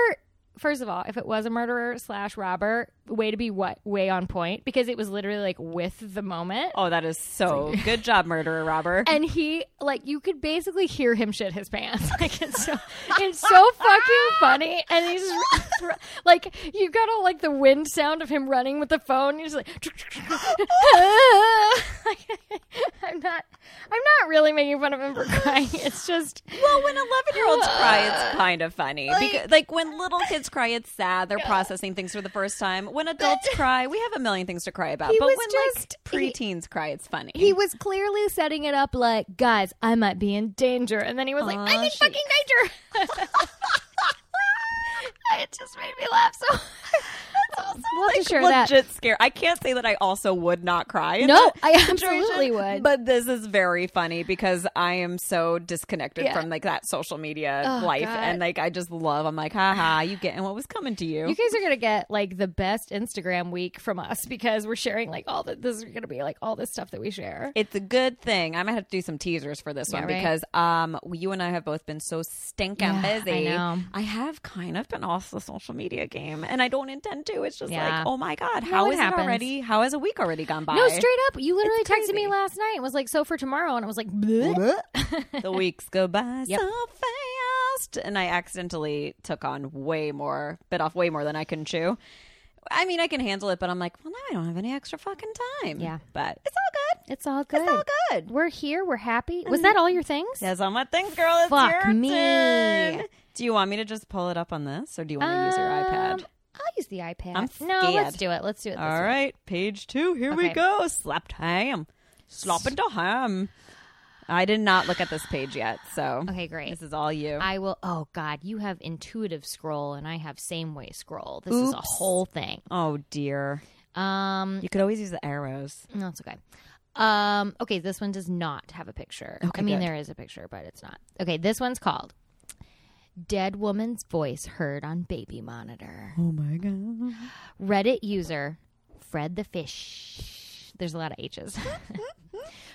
[SPEAKER 1] First of all, if it was a murderer slash robber, way to be what way on point because it was literally like with the moment,
[SPEAKER 2] oh, that is so good job, murderer robber.
[SPEAKER 1] and he like you could basically hear him shit his pants. Like it's so it's so fucking funny, and he's just- like you got all like the wind sound of him running with the phone. He's like, I'm not, I'm not really making fun of him for crying. It's just
[SPEAKER 2] well, when 11 year olds cry, it's kind of funny. Like, because, like when little kids cry, it's sad. They're processing things for the first time. When adults cry, we have a million things to cry about.
[SPEAKER 1] He
[SPEAKER 2] But
[SPEAKER 1] was
[SPEAKER 2] when
[SPEAKER 1] just- he-
[SPEAKER 2] like preteens cry, it's funny.
[SPEAKER 1] he was clearly setting it up like, guys, I might be in danger, and then he was like,
[SPEAKER 2] Aw,
[SPEAKER 1] I'm in
[SPEAKER 2] she-
[SPEAKER 1] fucking danger. it just made me laugh so. We'll have to share that.
[SPEAKER 2] legit scare. I can't say that I also would not cry. in
[SPEAKER 1] No,
[SPEAKER 2] that
[SPEAKER 1] I
[SPEAKER 2] situation,
[SPEAKER 1] absolutely would.
[SPEAKER 2] But this is very funny because I am so disconnected
[SPEAKER 1] Yeah.
[SPEAKER 2] from like that social media
[SPEAKER 1] Oh,
[SPEAKER 2] life,
[SPEAKER 1] God.
[SPEAKER 2] and like I just love. I'm like, haha, you getting what was coming to you?
[SPEAKER 1] You guys are gonna get like the best Instagram week from us because we're sharing like all the this is gonna be like all this stuff that we share.
[SPEAKER 2] it's a good thing. I'm gonna have to do some teasers for this
[SPEAKER 1] Yeah,
[SPEAKER 2] one
[SPEAKER 1] right.
[SPEAKER 2] because um, you and I have both been so stinking
[SPEAKER 1] Yeah, I
[SPEAKER 2] busy.
[SPEAKER 1] know.
[SPEAKER 2] I have kind of been off the social media game, and I don't intend to. It's just
[SPEAKER 1] Yeah.
[SPEAKER 2] like, oh my god,
[SPEAKER 1] it
[SPEAKER 2] how is
[SPEAKER 1] happens.
[SPEAKER 2] it already? How has a week already gone by?
[SPEAKER 1] No, straight up, you literally
[SPEAKER 2] It's
[SPEAKER 1] texted me
[SPEAKER 2] crazy.
[SPEAKER 1] last night and was like, "So for tomorrow," and I was like, "Bleh."
[SPEAKER 2] the weeks go by
[SPEAKER 1] Yep.
[SPEAKER 2] so fast and i accidentally took on way more bit off way more than i can chew i mean i can handle it but i'm like well now i don't have any extra fucking time
[SPEAKER 1] Yeah.
[SPEAKER 2] but it's all good
[SPEAKER 1] "It's all good. Mm-hmm.
[SPEAKER 2] it's all good
[SPEAKER 1] We're here. We're happy." Was that all your things?
[SPEAKER 2] that's all my things girl it's
[SPEAKER 1] Fuck
[SPEAKER 2] your
[SPEAKER 1] me.
[SPEAKER 2] turn. do you want me to just pull it up on this or do you want to use your ipad
[SPEAKER 1] Um, I'll use the iPad.
[SPEAKER 2] I'm
[SPEAKER 1] No, let's
[SPEAKER 2] scared.
[SPEAKER 1] do it. Let's do it. This
[SPEAKER 2] all
[SPEAKER 1] way.
[SPEAKER 2] right page two here we
[SPEAKER 1] Okay.
[SPEAKER 2] go slapped ham slop into ham I did not look at this page yet, so
[SPEAKER 1] Okay, great.
[SPEAKER 2] This is all you.
[SPEAKER 1] I will. Oh God, you have intuitive scroll, and I have same way scroll. This is a
[SPEAKER 2] Oops.
[SPEAKER 1] whole thing.
[SPEAKER 2] oh dear.
[SPEAKER 1] Um,
[SPEAKER 2] You could always use the arrows.
[SPEAKER 1] no, it's okay. Um, okay, this one does not have a picture.
[SPEAKER 2] Okay,
[SPEAKER 1] I mean,
[SPEAKER 2] good.
[SPEAKER 1] there is a picture, but it's not. Okay, this one's called "Dead Woman's Voice Heard on Baby Monitor."
[SPEAKER 2] Oh my god.
[SPEAKER 1] Reddit user Fred the Fish. There's a lot of H's.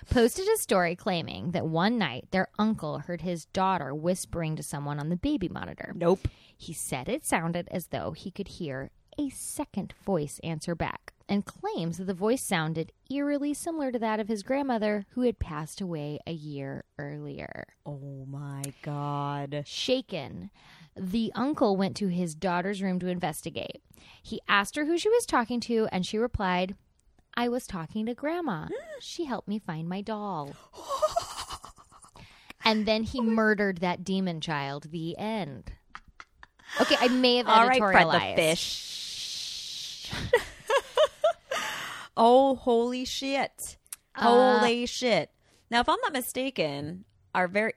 [SPEAKER 1] Posted a story claiming that one night their uncle heard his daughter whispering to someone on the baby monitor.
[SPEAKER 2] Nope.
[SPEAKER 1] He said it sounded as though he could hear a second voice answer back and claims that the voice sounded eerily similar to that of his grandmother who had passed away a year earlier.
[SPEAKER 2] Oh my god.
[SPEAKER 1] Shaken, the uncle went to his daughter's room to investigate. He asked her who she was talking to, and she replied, I was talking to Grandma. She helped me find my doll. and then
[SPEAKER 2] Oh
[SPEAKER 1] he murdered that demon child. The end. Okay, I may have
[SPEAKER 2] All right,
[SPEAKER 1] editorialized.
[SPEAKER 2] Fred the Fish. oh, holy shit. Holy shit. Now, if I'm not mistaken, our very.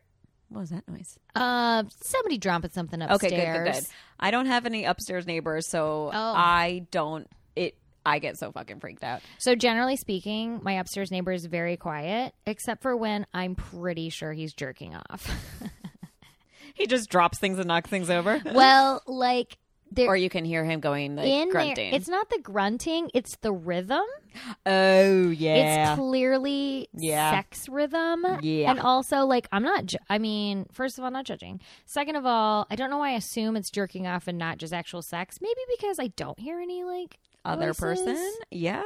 [SPEAKER 2] What was that noise?
[SPEAKER 1] Uh, somebody dropping something
[SPEAKER 2] Okay,
[SPEAKER 1] upstairs.
[SPEAKER 2] good, good, good. I don't have any upstairs neighbors, so
[SPEAKER 1] Oh.
[SPEAKER 2] I don't. It. I get so fucking freaked out.
[SPEAKER 1] So generally speaking, my upstairs neighbor is very quiet, except for when I'm pretty sure he's jerking off.
[SPEAKER 2] He just drops things and knocks things over.
[SPEAKER 1] well, like there
[SPEAKER 2] or you can hear him going like
[SPEAKER 1] in
[SPEAKER 2] grunting.
[SPEAKER 1] there. It's not the grunting; it's the rhythm.
[SPEAKER 2] oh yeah.
[SPEAKER 1] It's clearly
[SPEAKER 2] Yeah.
[SPEAKER 1] sex rhythm.
[SPEAKER 2] Yeah.
[SPEAKER 1] and also like I'm not. Ju- I mean, first of all, not judging. Second of all, I don't know why I assume it's jerking off and not just actual sex. Maybe because I don't hear any like
[SPEAKER 2] Other
[SPEAKER 1] voices.
[SPEAKER 2] person. Yeah.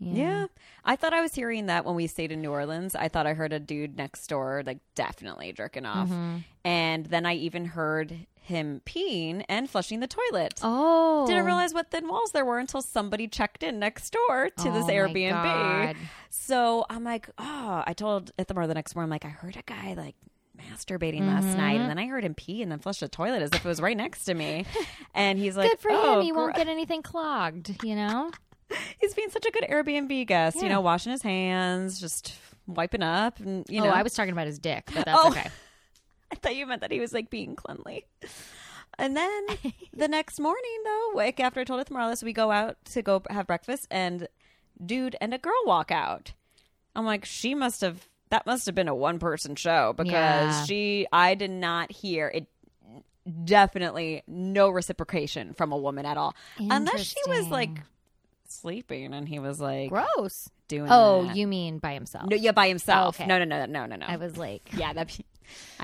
[SPEAKER 1] Yeah.
[SPEAKER 2] Yeah. I thought I was hearing that when we stayed in New Orleans. I thought I heard a dude next door, like, definitely jerking off.
[SPEAKER 1] Mm-hmm.
[SPEAKER 2] And then I even heard him peeing and flushing the toilet.
[SPEAKER 1] Oh,
[SPEAKER 2] Didn't realize what thin walls there were until somebody checked in next door to
[SPEAKER 1] Oh,
[SPEAKER 2] this
[SPEAKER 1] my
[SPEAKER 2] Airbnb.
[SPEAKER 1] God.
[SPEAKER 2] So I'm like, oh, I told Ithamar the next morning, I'm like, I heard a guy like masturbating last
[SPEAKER 1] Mm-hmm.
[SPEAKER 2] night, and then I heard him pee and then flush the toilet as if it was right next to me. and he's like,
[SPEAKER 1] Good for
[SPEAKER 2] oh,
[SPEAKER 1] him. He won't
[SPEAKER 2] gr-
[SPEAKER 1] get anything clogged, you know?
[SPEAKER 2] He's being such a good Airbnb guest, you
[SPEAKER 1] Yeah.
[SPEAKER 2] know, washing his hands, just wiping up, and you
[SPEAKER 1] Oh,
[SPEAKER 2] know,
[SPEAKER 1] I was talking about his dick, but that's
[SPEAKER 2] Oh.
[SPEAKER 1] okay.
[SPEAKER 2] I thought you meant that he was like being cleanly. And then the next morning, though, like after I told Ethel Morales, we go out to go have breakfast, and dude and a girl walk out. I'm like, she must have. That must have been a one person show because
[SPEAKER 1] Yeah.
[SPEAKER 2] she. I did not hear it. Definitely no reciprocation from a woman at all, unless she was like
[SPEAKER 1] Interesting.
[SPEAKER 2] sleeping and he was like
[SPEAKER 1] Gross.
[SPEAKER 2] doing.
[SPEAKER 1] Oh,
[SPEAKER 2] that.
[SPEAKER 1] you mean by himself?
[SPEAKER 2] No, yeah, by himself.
[SPEAKER 1] Okay.
[SPEAKER 2] No, no, no, no, no, no.
[SPEAKER 1] I was like,
[SPEAKER 2] yeah, that. Oh, would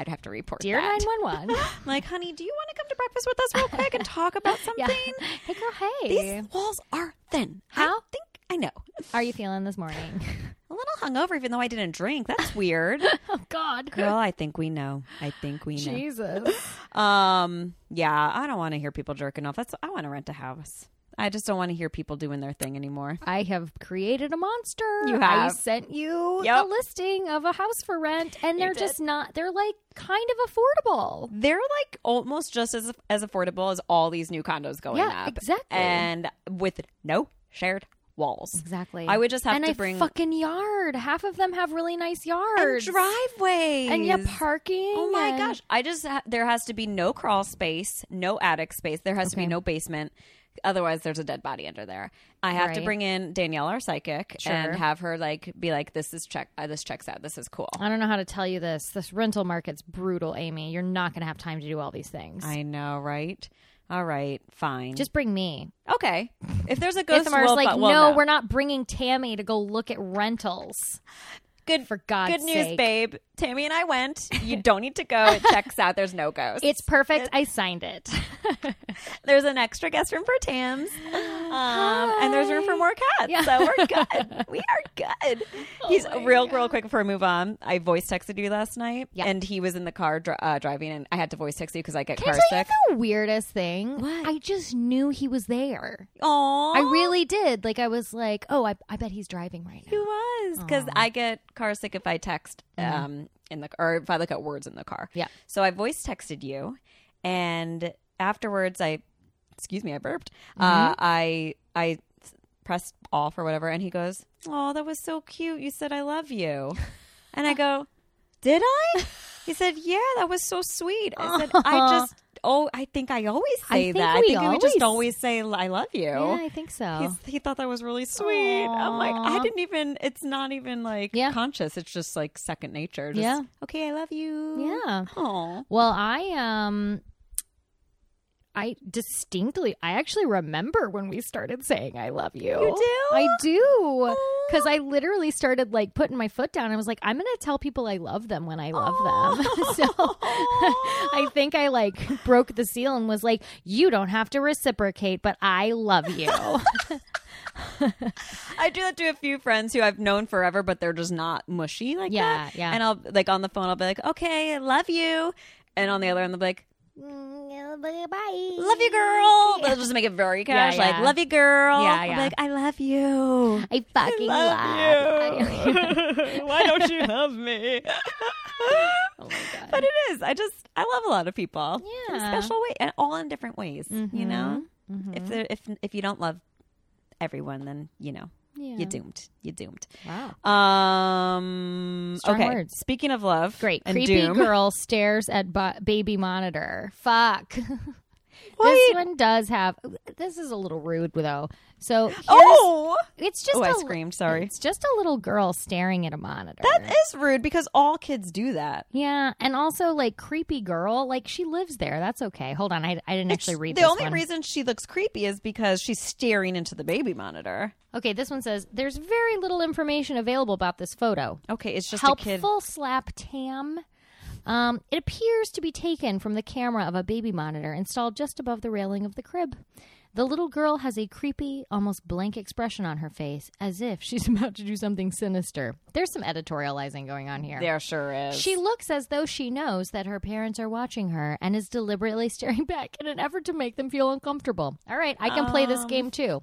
[SPEAKER 2] I'd have to report.
[SPEAKER 1] dear
[SPEAKER 2] that.
[SPEAKER 1] nine one one.
[SPEAKER 2] I'm like, honey, do you want to come to breakfast with us real quick and talk about
[SPEAKER 1] Yeah.
[SPEAKER 2] something?
[SPEAKER 1] Hey, girl. Hey,
[SPEAKER 2] These walls are thin. I
[SPEAKER 1] How?
[SPEAKER 2] think I know.
[SPEAKER 1] are you feeling this morning?
[SPEAKER 2] A little hungover, even though I didn't drink. That's weird.
[SPEAKER 1] oh God,
[SPEAKER 2] Girl, I think we know. I think we know.
[SPEAKER 1] Jesus.
[SPEAKER 2] Um, yeah, I don't want to hear people jerking off. That's I want to rent a house. I just don't want to hear people doing their thing anymore.
[SPEAKER 1] I have created a monster.
[SPEAKER 2] You
[SPEAKER 1] I
[SPEAKER 2] have.
[SPEAKER 1] sent you
[SPEAKER 2] Yep.
[SPEAKER 1] a listing of a house for rent, and
[SPEAKER 2] You
[SPEAKER 1] they're
[SPEAKER 2] did.
[SPEAKER 1] just not. They're like kind of affordable.
[SPEAKER 2] They're like almost just as as affordable as all these new condos going
[SPEAKER 1] Yeah,
[SPEAKER 2] up.
[SPEAKER 1] exactly.
[SPEAKER 2] And with no shared walls.
[SPEAKER 1] Exactly.
[SPEAKER 2] I would just have
[SPEAKER 1] and
[SPEAKER 2] to
[SPEAKER 1] a
[SPEAKER 2] bring
[SPEAKER 1] fucking yard. Half of them have really nice
[SPEAKER 2] and
[SPEAKER 1] yards.
[SPEAKER 2] driveways.
[SPEAKER 1] and yeah, parking.
[SPEAKER 2] Oh my
[SPEAKER 1] and-
[SPEAKER 2] gosh! I just ha- there has to be no crawl space, no attic space. There has to be
[SPEAKER 1] Okay.
[SPEAKER 2] no basement. Otherwise, there's a dead body under there. I have to
[SPEAKER 1] Right.
[SPEAKER 2] bring in Danielle, our psychic, and
[SPEAKER 1] Sure.
[SPEAKER 2] have her like be like, "This is check. Uh, this checks out. This is cool."
[SPEAKER 1] I don't know how to tell you this. This rental market's brutal, Amy. You're not going to have time to do all these things.
[SPEAKER 2] I know, right? All right, fine.
[SPEAKER 1] Just bring me.
[SPEAKER 2] okay. If there's a ghost,
[SPEAKER 1] Ithamar's
[SPEAKER 2] we'll-
[SPEAKER 1] like,
[SPEAKER 2] well,
[SPEAKER 1] no, we're not bringing Tammy to go look at rentals.
[SPEAKER 2] good
[SPEAKER 1] For God's
[SPEAKER 2] Good news,
[SPEAKER 1] sake.
[SPEAKER 2] babe. Tammy and I went. You don't need to go. It checks out. There's no ghost.
[SPEAKER 1] It's perfect. I signed it.
[SPEAKER 2] there's an extra guest room for Tams, um, and there's room for more cats.
[SPEAKER 1] Yeah. Oh
[SPEAKER 2] So we're good. we are good. He's real, real quick before I move on. I voice texted you last night,
[SPEAKER 1] Yeah.
[SPEAKER 2] and he was in the car dri- uh, driving, and I had to voice text you because I get
[SPEAKER 1] Can I
[SPEAKER 2] car
[SPEAKER 1] tell you
[SPEAKER 2] sick.
[SPEAKER 1] the weirdest thing?
[SPEAKER 2] What?
[SPEAKER 1] I just knew he was there.
[SPEAKER 2] Oh,
[SPEAKER 1] I really did. Like, I was like, oh, I, I bet he's driving right
[SPEAKER 2] he
[SPEAKER 1] now.
[SPEAKER 2] was because I get car sick if I text um in the or if I look at words in the car.
[SPEAKER 1] Mm-hmm. Yeah.
[SPEAKER 2] So I voice texted you, and afterwards I, excuse me, I burped.
[SPEAKER 1] Mm-hmm.
[SPEAKER 2] Uh, I I pressed off or whatever, and he goes, "Oh, that was so cute. You said I love you," and I go, Did I? He said, Yeah, that was so sweet. I said, I just, oh, I think I always
[SPEAKER 1] I
[SPEAKER 2] say
[SPEAKER 1] think
[SPEAKER 2] that. I
[SPEAKER 1] we
[SPEAKER 2] think we just
[SPEAKER 1] always-
[SPEAKER 2] always say, I love you.
[SPEAKER 1] Yeah, I think so.
[SPEAKER 2] He's, he thought that was really sweet. I'm like, I didn't even, it's not even like
[SPEAKER 1] Yeah.
[SPEAKER 2] conscious. It's just like second nature. Just,
[SPEAKER 1] Yeah.
[SPEAKER 2] Okay, I love you.
[SPEAKER 1] Yeah.
[SPEAKER 2] Oh.
[SPEAKER 1] Well, I um I distinctly I actually remember when we started saying I love you. You
[SPEAKER 2] do?
[SPEAKER 1] I do. Cuz I literally started like putting my foot down. I was like I'm going to tell people I love them when I love them. so I think I like broke the seal and was like you don't have to reciprocate, but I love you.
[SPEAKER 2] I do that to a few friends who I've known forever, but they're just not mushy like
[SPEAKER 1] Yeah,
[SPEAKER 2] that.
[SPEAKER 1] yeah.
[SPEAKER 2] And I'll, like, on the phone, I'll be like, Okay, I love you. And on the other end, they'll be like,
[SPEAKER 3] Mm, Bye.
[SPEAKER 2] Love you, girl. They'll just make it very cash.
[SPEAKER 1] Yeah, yeah.
[SPEAKER 2] Like, love you, girl.
[SPEAKER 1] Yeah,
[SPEAKER 2] I'll be
[SPEAKER 1] yeah.
[SPEAKER 2] Like, I love you.
[SPEAKER 1] I fucking love, you.
[SPEAKER 2] Why don't you love me?
[SPEAKER 1] oh my god.
[SPEAKER 2] but it is. I just I love a lot of people. in
[SPEAKER 1] Yeah. Mm-hmm.
[SPEAKER 2] a special way, and all in different ways. You know, if they're, if if you don't love everyone, then you know
[SPEAKER 1] Yeah.
[SPEAKER 2] you're doomed. You're doomed.
[SPEAKER 1] Wow.
[SPEAKER 2] Um.
[SPEAKER 1] Strong
[SPEAKER 2] okay.
[SPEAKER 1] words.
[SPEAKER 2] Speaking of love,
[SPEAKER 1] Great.
[SPEAKER 2] and
[SPEAKER 1] Creepy
[SPEAKER 2] doom.
[SPEAKER 1] girl stares at bu- baby monitor. Fuck.
[SPEAKER 2] Wait.
[SPEAKER 1] This one does have. This is a little rude though. So here's-
[SPEAKER 2] Oh,
[SPEAKER 1] it's just
[SPEAKER 2] Oh, I
[SPEAKER 1] a-
[SPEAKER 2] screamed, sorry.
[SPEAKER 1] It's just a little girl staring at a monitor.
[SPEAKER 2] that is rude because all kids do that.
[SPEAKER 1] yeah, and also like creepy girl. Like she lives there. That's okay. Hold on, I, I didn't actually read
[SPEAKER 2] the
[SPEAKER 1] this
[SPEAKER 2] only
[SPEAKER 1] one.
[SPEAKER 2] reason she looks creepy is because she's staring into the baby monitor.
[SPEAKER 1] Okay, this one says there's very little information available about this photo.
[SPEAKER 2] Okay, it's just a kid.
[SPEAKER 1] helpful slap tam. Um, it appears to be taken from the camera of a baby monitor installed just above the railing of the crib. The little girl has a creepy, almost blank expression on her face, as if she's about to do something sinister. There's some editorializing going on here.
[SPEAKER 2] There sure is.
[SPEAKER 1] She looks as though she knows that her parents are watching her and is deliberately staring back in an effort to make them feel uncomfortable. All right, I can play this game too.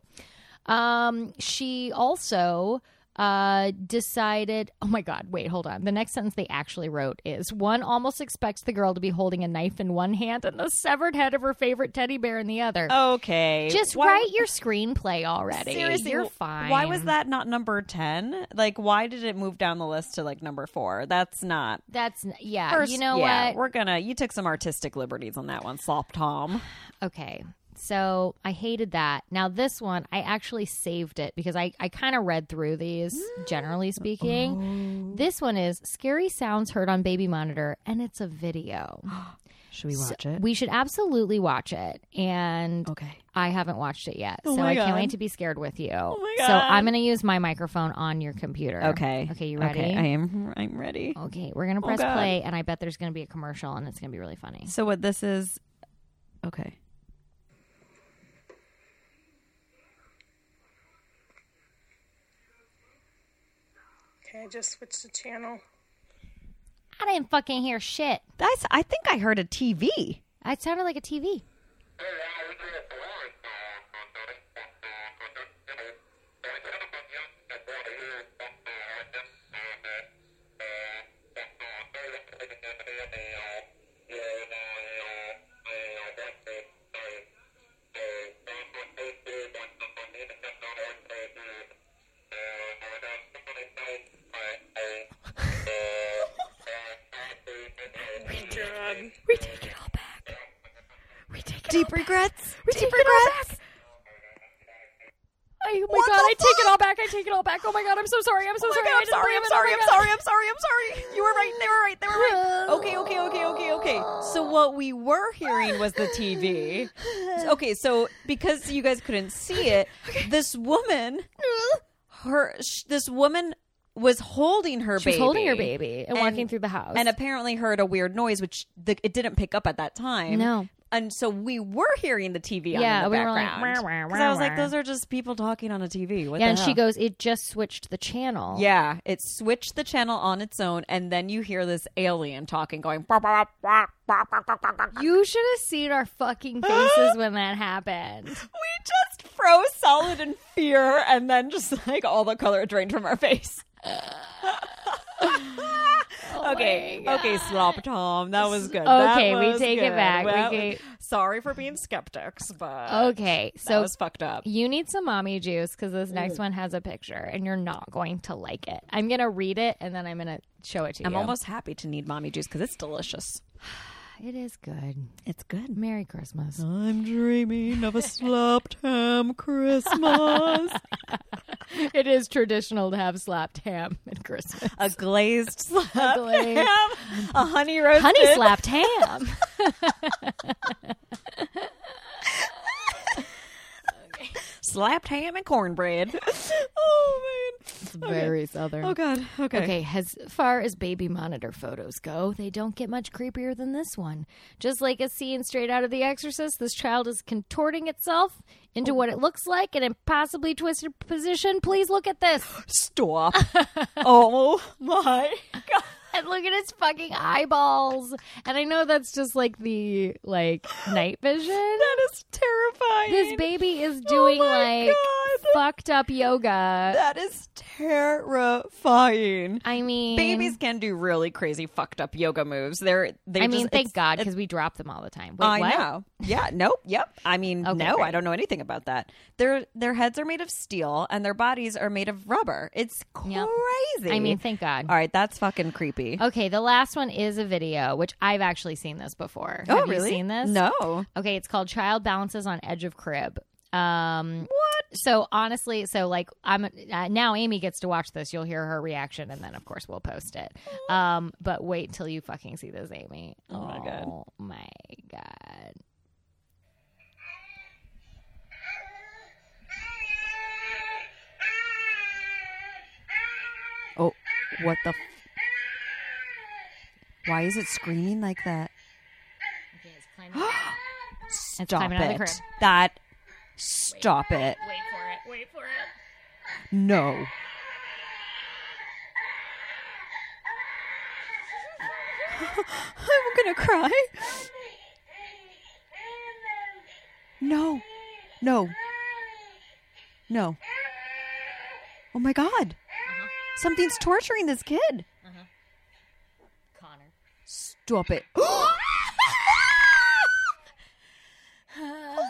[SPEAKER 1] Um, she also uh decided oh my god wait hold on the next sentence they actually wrote is one almost expects the girl to be holding a knife in one hand and the severed head of her favorite teddy bear in the other
[SPEAKER 2] okay.
[SPEAKER 1] just
[SPEAKER 2] Oh, Why-
[SPEAKER 1] write your screenplay already
[SPEAKER 2] Seriously,
[SPEAKER 1] you're
[SPEAKER 2] wh-
[SPEAKER 1] fine
[SPEAKER 2] Why was that not number ten? Like, why did it move down the list to like number four? That's not.
[SPEAKER 1] that's n- yeah Uh,
[SPEAKER 2] First,
[SPEAKER 1] you know
[SPEAKER 2] yeah,
[SPEAKER 1] what
[SPEAKER 2] We're gonna. You took some artistic liberties on that one, Slop Tom.
[SPEAKER 1] Okay. So I hated that. Now this one, I actually saved it because I, I kind of read through these, generally
[SPEAKER 2] Oh.
[SPEAKER 1] speaking. This one is scary sounds heard on baby monitor and it's a video.
[SPEAKER 2] Should we watch it?
[SPEAKER 1] we should absolutely watch it. And
[SPEAKER 2] okay. Oh
[SPEAKER 1] I haven't watched it yet. so
[SPEAKER 2] my
[SPEAKER 1] I can't
[SPEAKER 2] God. Oh
[SPEAKER 1] wait to be scared with you.
[SPEAKER 2] my
[SPEAKER 1] So
[SPEAKER 2] God.
[SPEAKER 1] I'm gonna use my microphone on your computer.
[SPEAKER 2] Okay.
[SPEAKER 1] Okay, you ready? Oh.
[SPEAKER 2] I am. I'm ready.
[SPEAKER 1] Okay, we're gonna press
[SPEAKER 2] God.
[SPEAKER 1] play and I bet there's gonna be a commercial and it's gonna be really funny.
[SPEAKER 2] So what this is? Okay.
[SPEAKER 4] Okay, I just switched the channel.
[SPEAKER 1] I didn't fucking hear shit.
[SPEAKER 2] That's. I think I heard a TV.
[SPEAKER 1] It sounded like a TV.
[SPEAKER 4] God.
[SPEAKER 2] Deep regrets. Deep regrets.
[SPEAKER 1] I, oh my
[SPEAKER 2] What
[SPEAKER 1] god,
[SPEAKER 2] the
[SPEAKER 1] I take it all back. I take it all back. Oh my god, I'm so sorry. I'm so
[SPEAKER 2] Oh my
[SPEAKER 1] sorry.
[SPEAKER 2] God,
[SPEAKER 1] I
[SPEAKER 2] I'm
[SPEAKER 1] didn't
[SPEAKER 2] sorry.
[SPEAKER 1] believe
[SPEAKER 2] I'm
[SPEAKER 1] it.
[SPEAKER 2] sorry.
[SPEAKER 1] Oh
[SPEAKER 2] I'm
[SPEAKER 1] my
[SPEAKER 2] sorry. I'm sorry. I'm sorry. You were right. They were right. They were right. Okay. Okay. Okay. Okay. Okay. So what we were hearing was the TV. Okay. So because you guys couldn't see it, this woman, her, sh- this woman was holding her
[SPEAKER 1] She
[SPEAKER 2] baby.
[SPEAKER 1] was holding her baby and, walking through the house.
[SPEAKER 2] and apparently heard a weird noise, which the, it didn't pick up at that time.
[SPEAKER 1] No.
[SPEAKER 2] And so we were hearing the TV on
[SPEAKER 1] Yeah,
[SPEAKER 2] in the
[SPEAKER 1] we were like,
[SPEAKER 2] background.
[SPEAKER 1] "Wah, wah,
[SPEAKER 2] 'Cause I was
[SPEAKER 1] wah, wah."
[SPEAKER 2] like, those are just people talking on a TV. What
[SPEAKER 1] yeah,
[SPEAKER 2] the
[SPEAKER 1] and she
[SPEAKER 2] hell?
[SPEAKER 1] goes, "It just switched the channel."
[SPEAKER 2] Yeah, it switched the channel on its own, and then you hear this alien talking, going, "Bah, bah, bah, bah, bah, bah, bah, bah."
[SPEAKER 1] you should have seen our fucking faces when that happened.
[SPEAKER 2] we just froze solid in fear, and then just like all the color drained from our face.
[SPEAKER 1] Oh
[SPEAKER 2] okay, okay, slop Tom, that was good. That
[SPEAKER 1] Okay, we
[SPEAKER 2] was
[SPEAKER 1] take it
[SPEAKER 2] good.
[SPEAKER 1] back. We
[SPEAKER 2] Well,
[SPEAKER 1] take- Oh,
[SPEAKER 2] Sorry for being skeptics, but
[SPEAKER 1] Okay,
[SPEAKER 2] that
[SPEAKER 1] so
[SPEAKER 2] was fucked up.
[SPEAKER 1] you need some mommy juice because this next one has a picture, and you're not going to like it. I'm gonna read it, and then I'm gonna show it to
[SPEAKER 2] I'm
[SPEAKER 1] you.
[SPEAKER 2] almost happy to need mommy juice because it's delicious.
[SPEAKER 1] It is good.
[SPEAKER 2] It's good.
[SPEAKER 1] Merry Christmas.
[SPEAKER 2] I'm dreaming of a slapped ham Christmas.
[SPEAKER 1] it is traditional to have slapped ham at Christmas.
[SPEAKER 2] a glazed slapped
[SPEAKER 1] glazed-
[SPEAKER 2] ham. A honey roasted.
[SPEAKER 1] Honey slapped ham.
[SPEAKER 2] slapped ham and cornbread. oh, man.
[SPEAKER 1] Very southern.
[SPEAKER 2] Oh, God. Okay.
[SPEAKER 1] Okay, as far as baby monitor photos go, they don't get much creepier than this one. Just like a scene straight out of The Exorcist, this child is contorting itself into what it looks like an impossibly twisted position. Please look at this.
[SPEAKER 2] Stop. oh, my God.
[SPEAKER 1] and look at its fucking eyeballs. And I know that's just like the like night vision.
[SPEAKER 2] That is terrifying.
[SPEAKER 1] This baby is doing like
[SPEAKER 2] my God.
[SPEAKER 1] fucked up yoga.
[SPEAKER 2] That is terrifying.
[SPEAKER 1] I mean,
[SPEAKER 2] Babies can do really crazy, fucked up yoga moves. They're, they're
[SPEAKER 1] I mean,
[SPEAKER 2] just,
[SPEAKER 1] thank
[SPEAKER 2] it's-
[SPEAKER 1] God because we drop them all the time. Wait,
[SPEAKER 2] I
[SPEAKER 1] what?
[SPEAKER 2] know. Yeah. Nope. Yep. I mean,
[SPEAKER 1] Okay,
[SPEAKER 2] no.
[SPEAKER 1] great.
[SPEAKER 2] I don't know anything about that. Their their heads are made of steel and their bodies are made of rubber. It's crazy.
[SPEAKER 1] Yep. I mean, thank God.
[SPEAKER 2] All right, that's fucking creepy.
[SPEAKER 1] Okay, the last one is a video, which I've actually seen this before.
[SPEAKER 2] oh,
[SPEAKER 1] Have
[SPEAKER 2] really?
[SPEAKER 1] you seen this?
[SPEAKER 2] No.
[SPEAKER 1] Okay, it's called Child Balances on Edge of Crib. Um, what? So honestly, so like I'm uh, now Amy gets to watch this. You'll hear her reaction, and then of course we'll post it. Um, but wait till you fucking see this, Amy. Oh
[SPEAKER 2] my God.
[SPEAKER 1] my god.
[SPEAKER 2] Oh, what the? F- Why is it screaming like that? Stop
[SPEAKER 1] climbing out of the
[SPEAKER 2] it.
[SPEAKER 1] crib.
[SPEAKER 2] That. Stop it.
[SPEAKER 4] Wait for it. Wait for it.
[SPEAKER 2] No. I'm gonna cry. No. No. No. Oh my god.
[SPEAKER 1] Uh-huh.
[SPEAKER 2] Something's torturing this kid.
[SPEAKER 1] Connor.
[SPEAKER 2] Stop it. Holy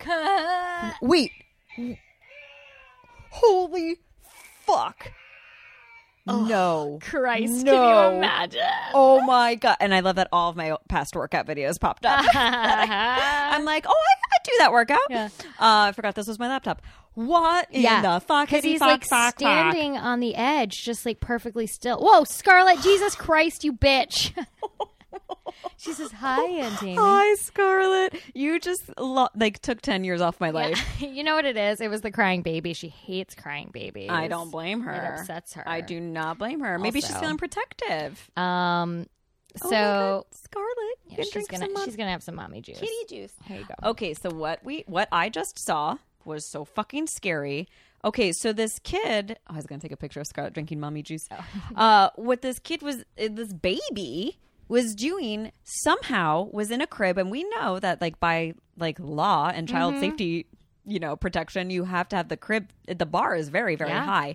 [SPEAKER 2] fuck. Wait. Holy fuck. no.
[SPEAKER 1] Christ, can
[SPEAKER 2] No.
[SPEAKER 1] you imagine?
[SPEAKER 2] Oh my god! And I love that all of my past workout videos popped up. I'm like, oh, I, I do that workout.
[SPEAKER 1] Yeah.
[SPEAKER 2] Uh, I forgot this was my laptop. What in the fuck?
[SPEAKER 1] Because he's
[SPEAKER 2] fuck,
[SPEAKER 1] like
[SPEAKER 2] fuck, fuck?
[SPEAKER 1] standing on the edge, just like perfectly still. Whoa, Scarlett! Jesus Christ, you bitch! she says hi, Aunt Amy.
[SPEAKER 2] Hi, Scarlett. You just lo- like took ten years off my life.
[SPEAKER 1] you know what it is? It was the crying baby. She hates crying babies.
[SPEAKER 2] I don't blame her.
[SPEAKER 1] upsets her.
[SPEAKER 2] I do not blame her. Maybe she's
[SPEAKER 1] Also-
[SPEAKER 2] feeling protective.
[SPEAKER 1] Um.
[SPEAKER 2] Oh
[SPEAKER 1] So
[SPEAKER 2] my God, Scarlett,
[SPEAKER 1] yeah,
[SPEAKER 2] you
[SPEAKER 1] she's
[SPEAKER 2] drink
[SPEAKER 1] gonna
[SPEAKER 2] some uh,
[SPEAKER 1] she's gonna have some mommy juice.
[SPEAKER 2] juice.
[SPEAKER 1] There you go.
[SPEAKER 2] Okay, so what we what I just saw was so fucking scary. Okay, so this kid, oh, I was gonna take a picture of Scarlett drinking mommy juice. uh, what this kid was, uh, this baby was doing somehow was in a crib, and we know that like by like law and child safety, you know, protection, you have to have the crib. The bar is very very
[SPEAKER 1] Yeah.
[SPEAKER 2] high.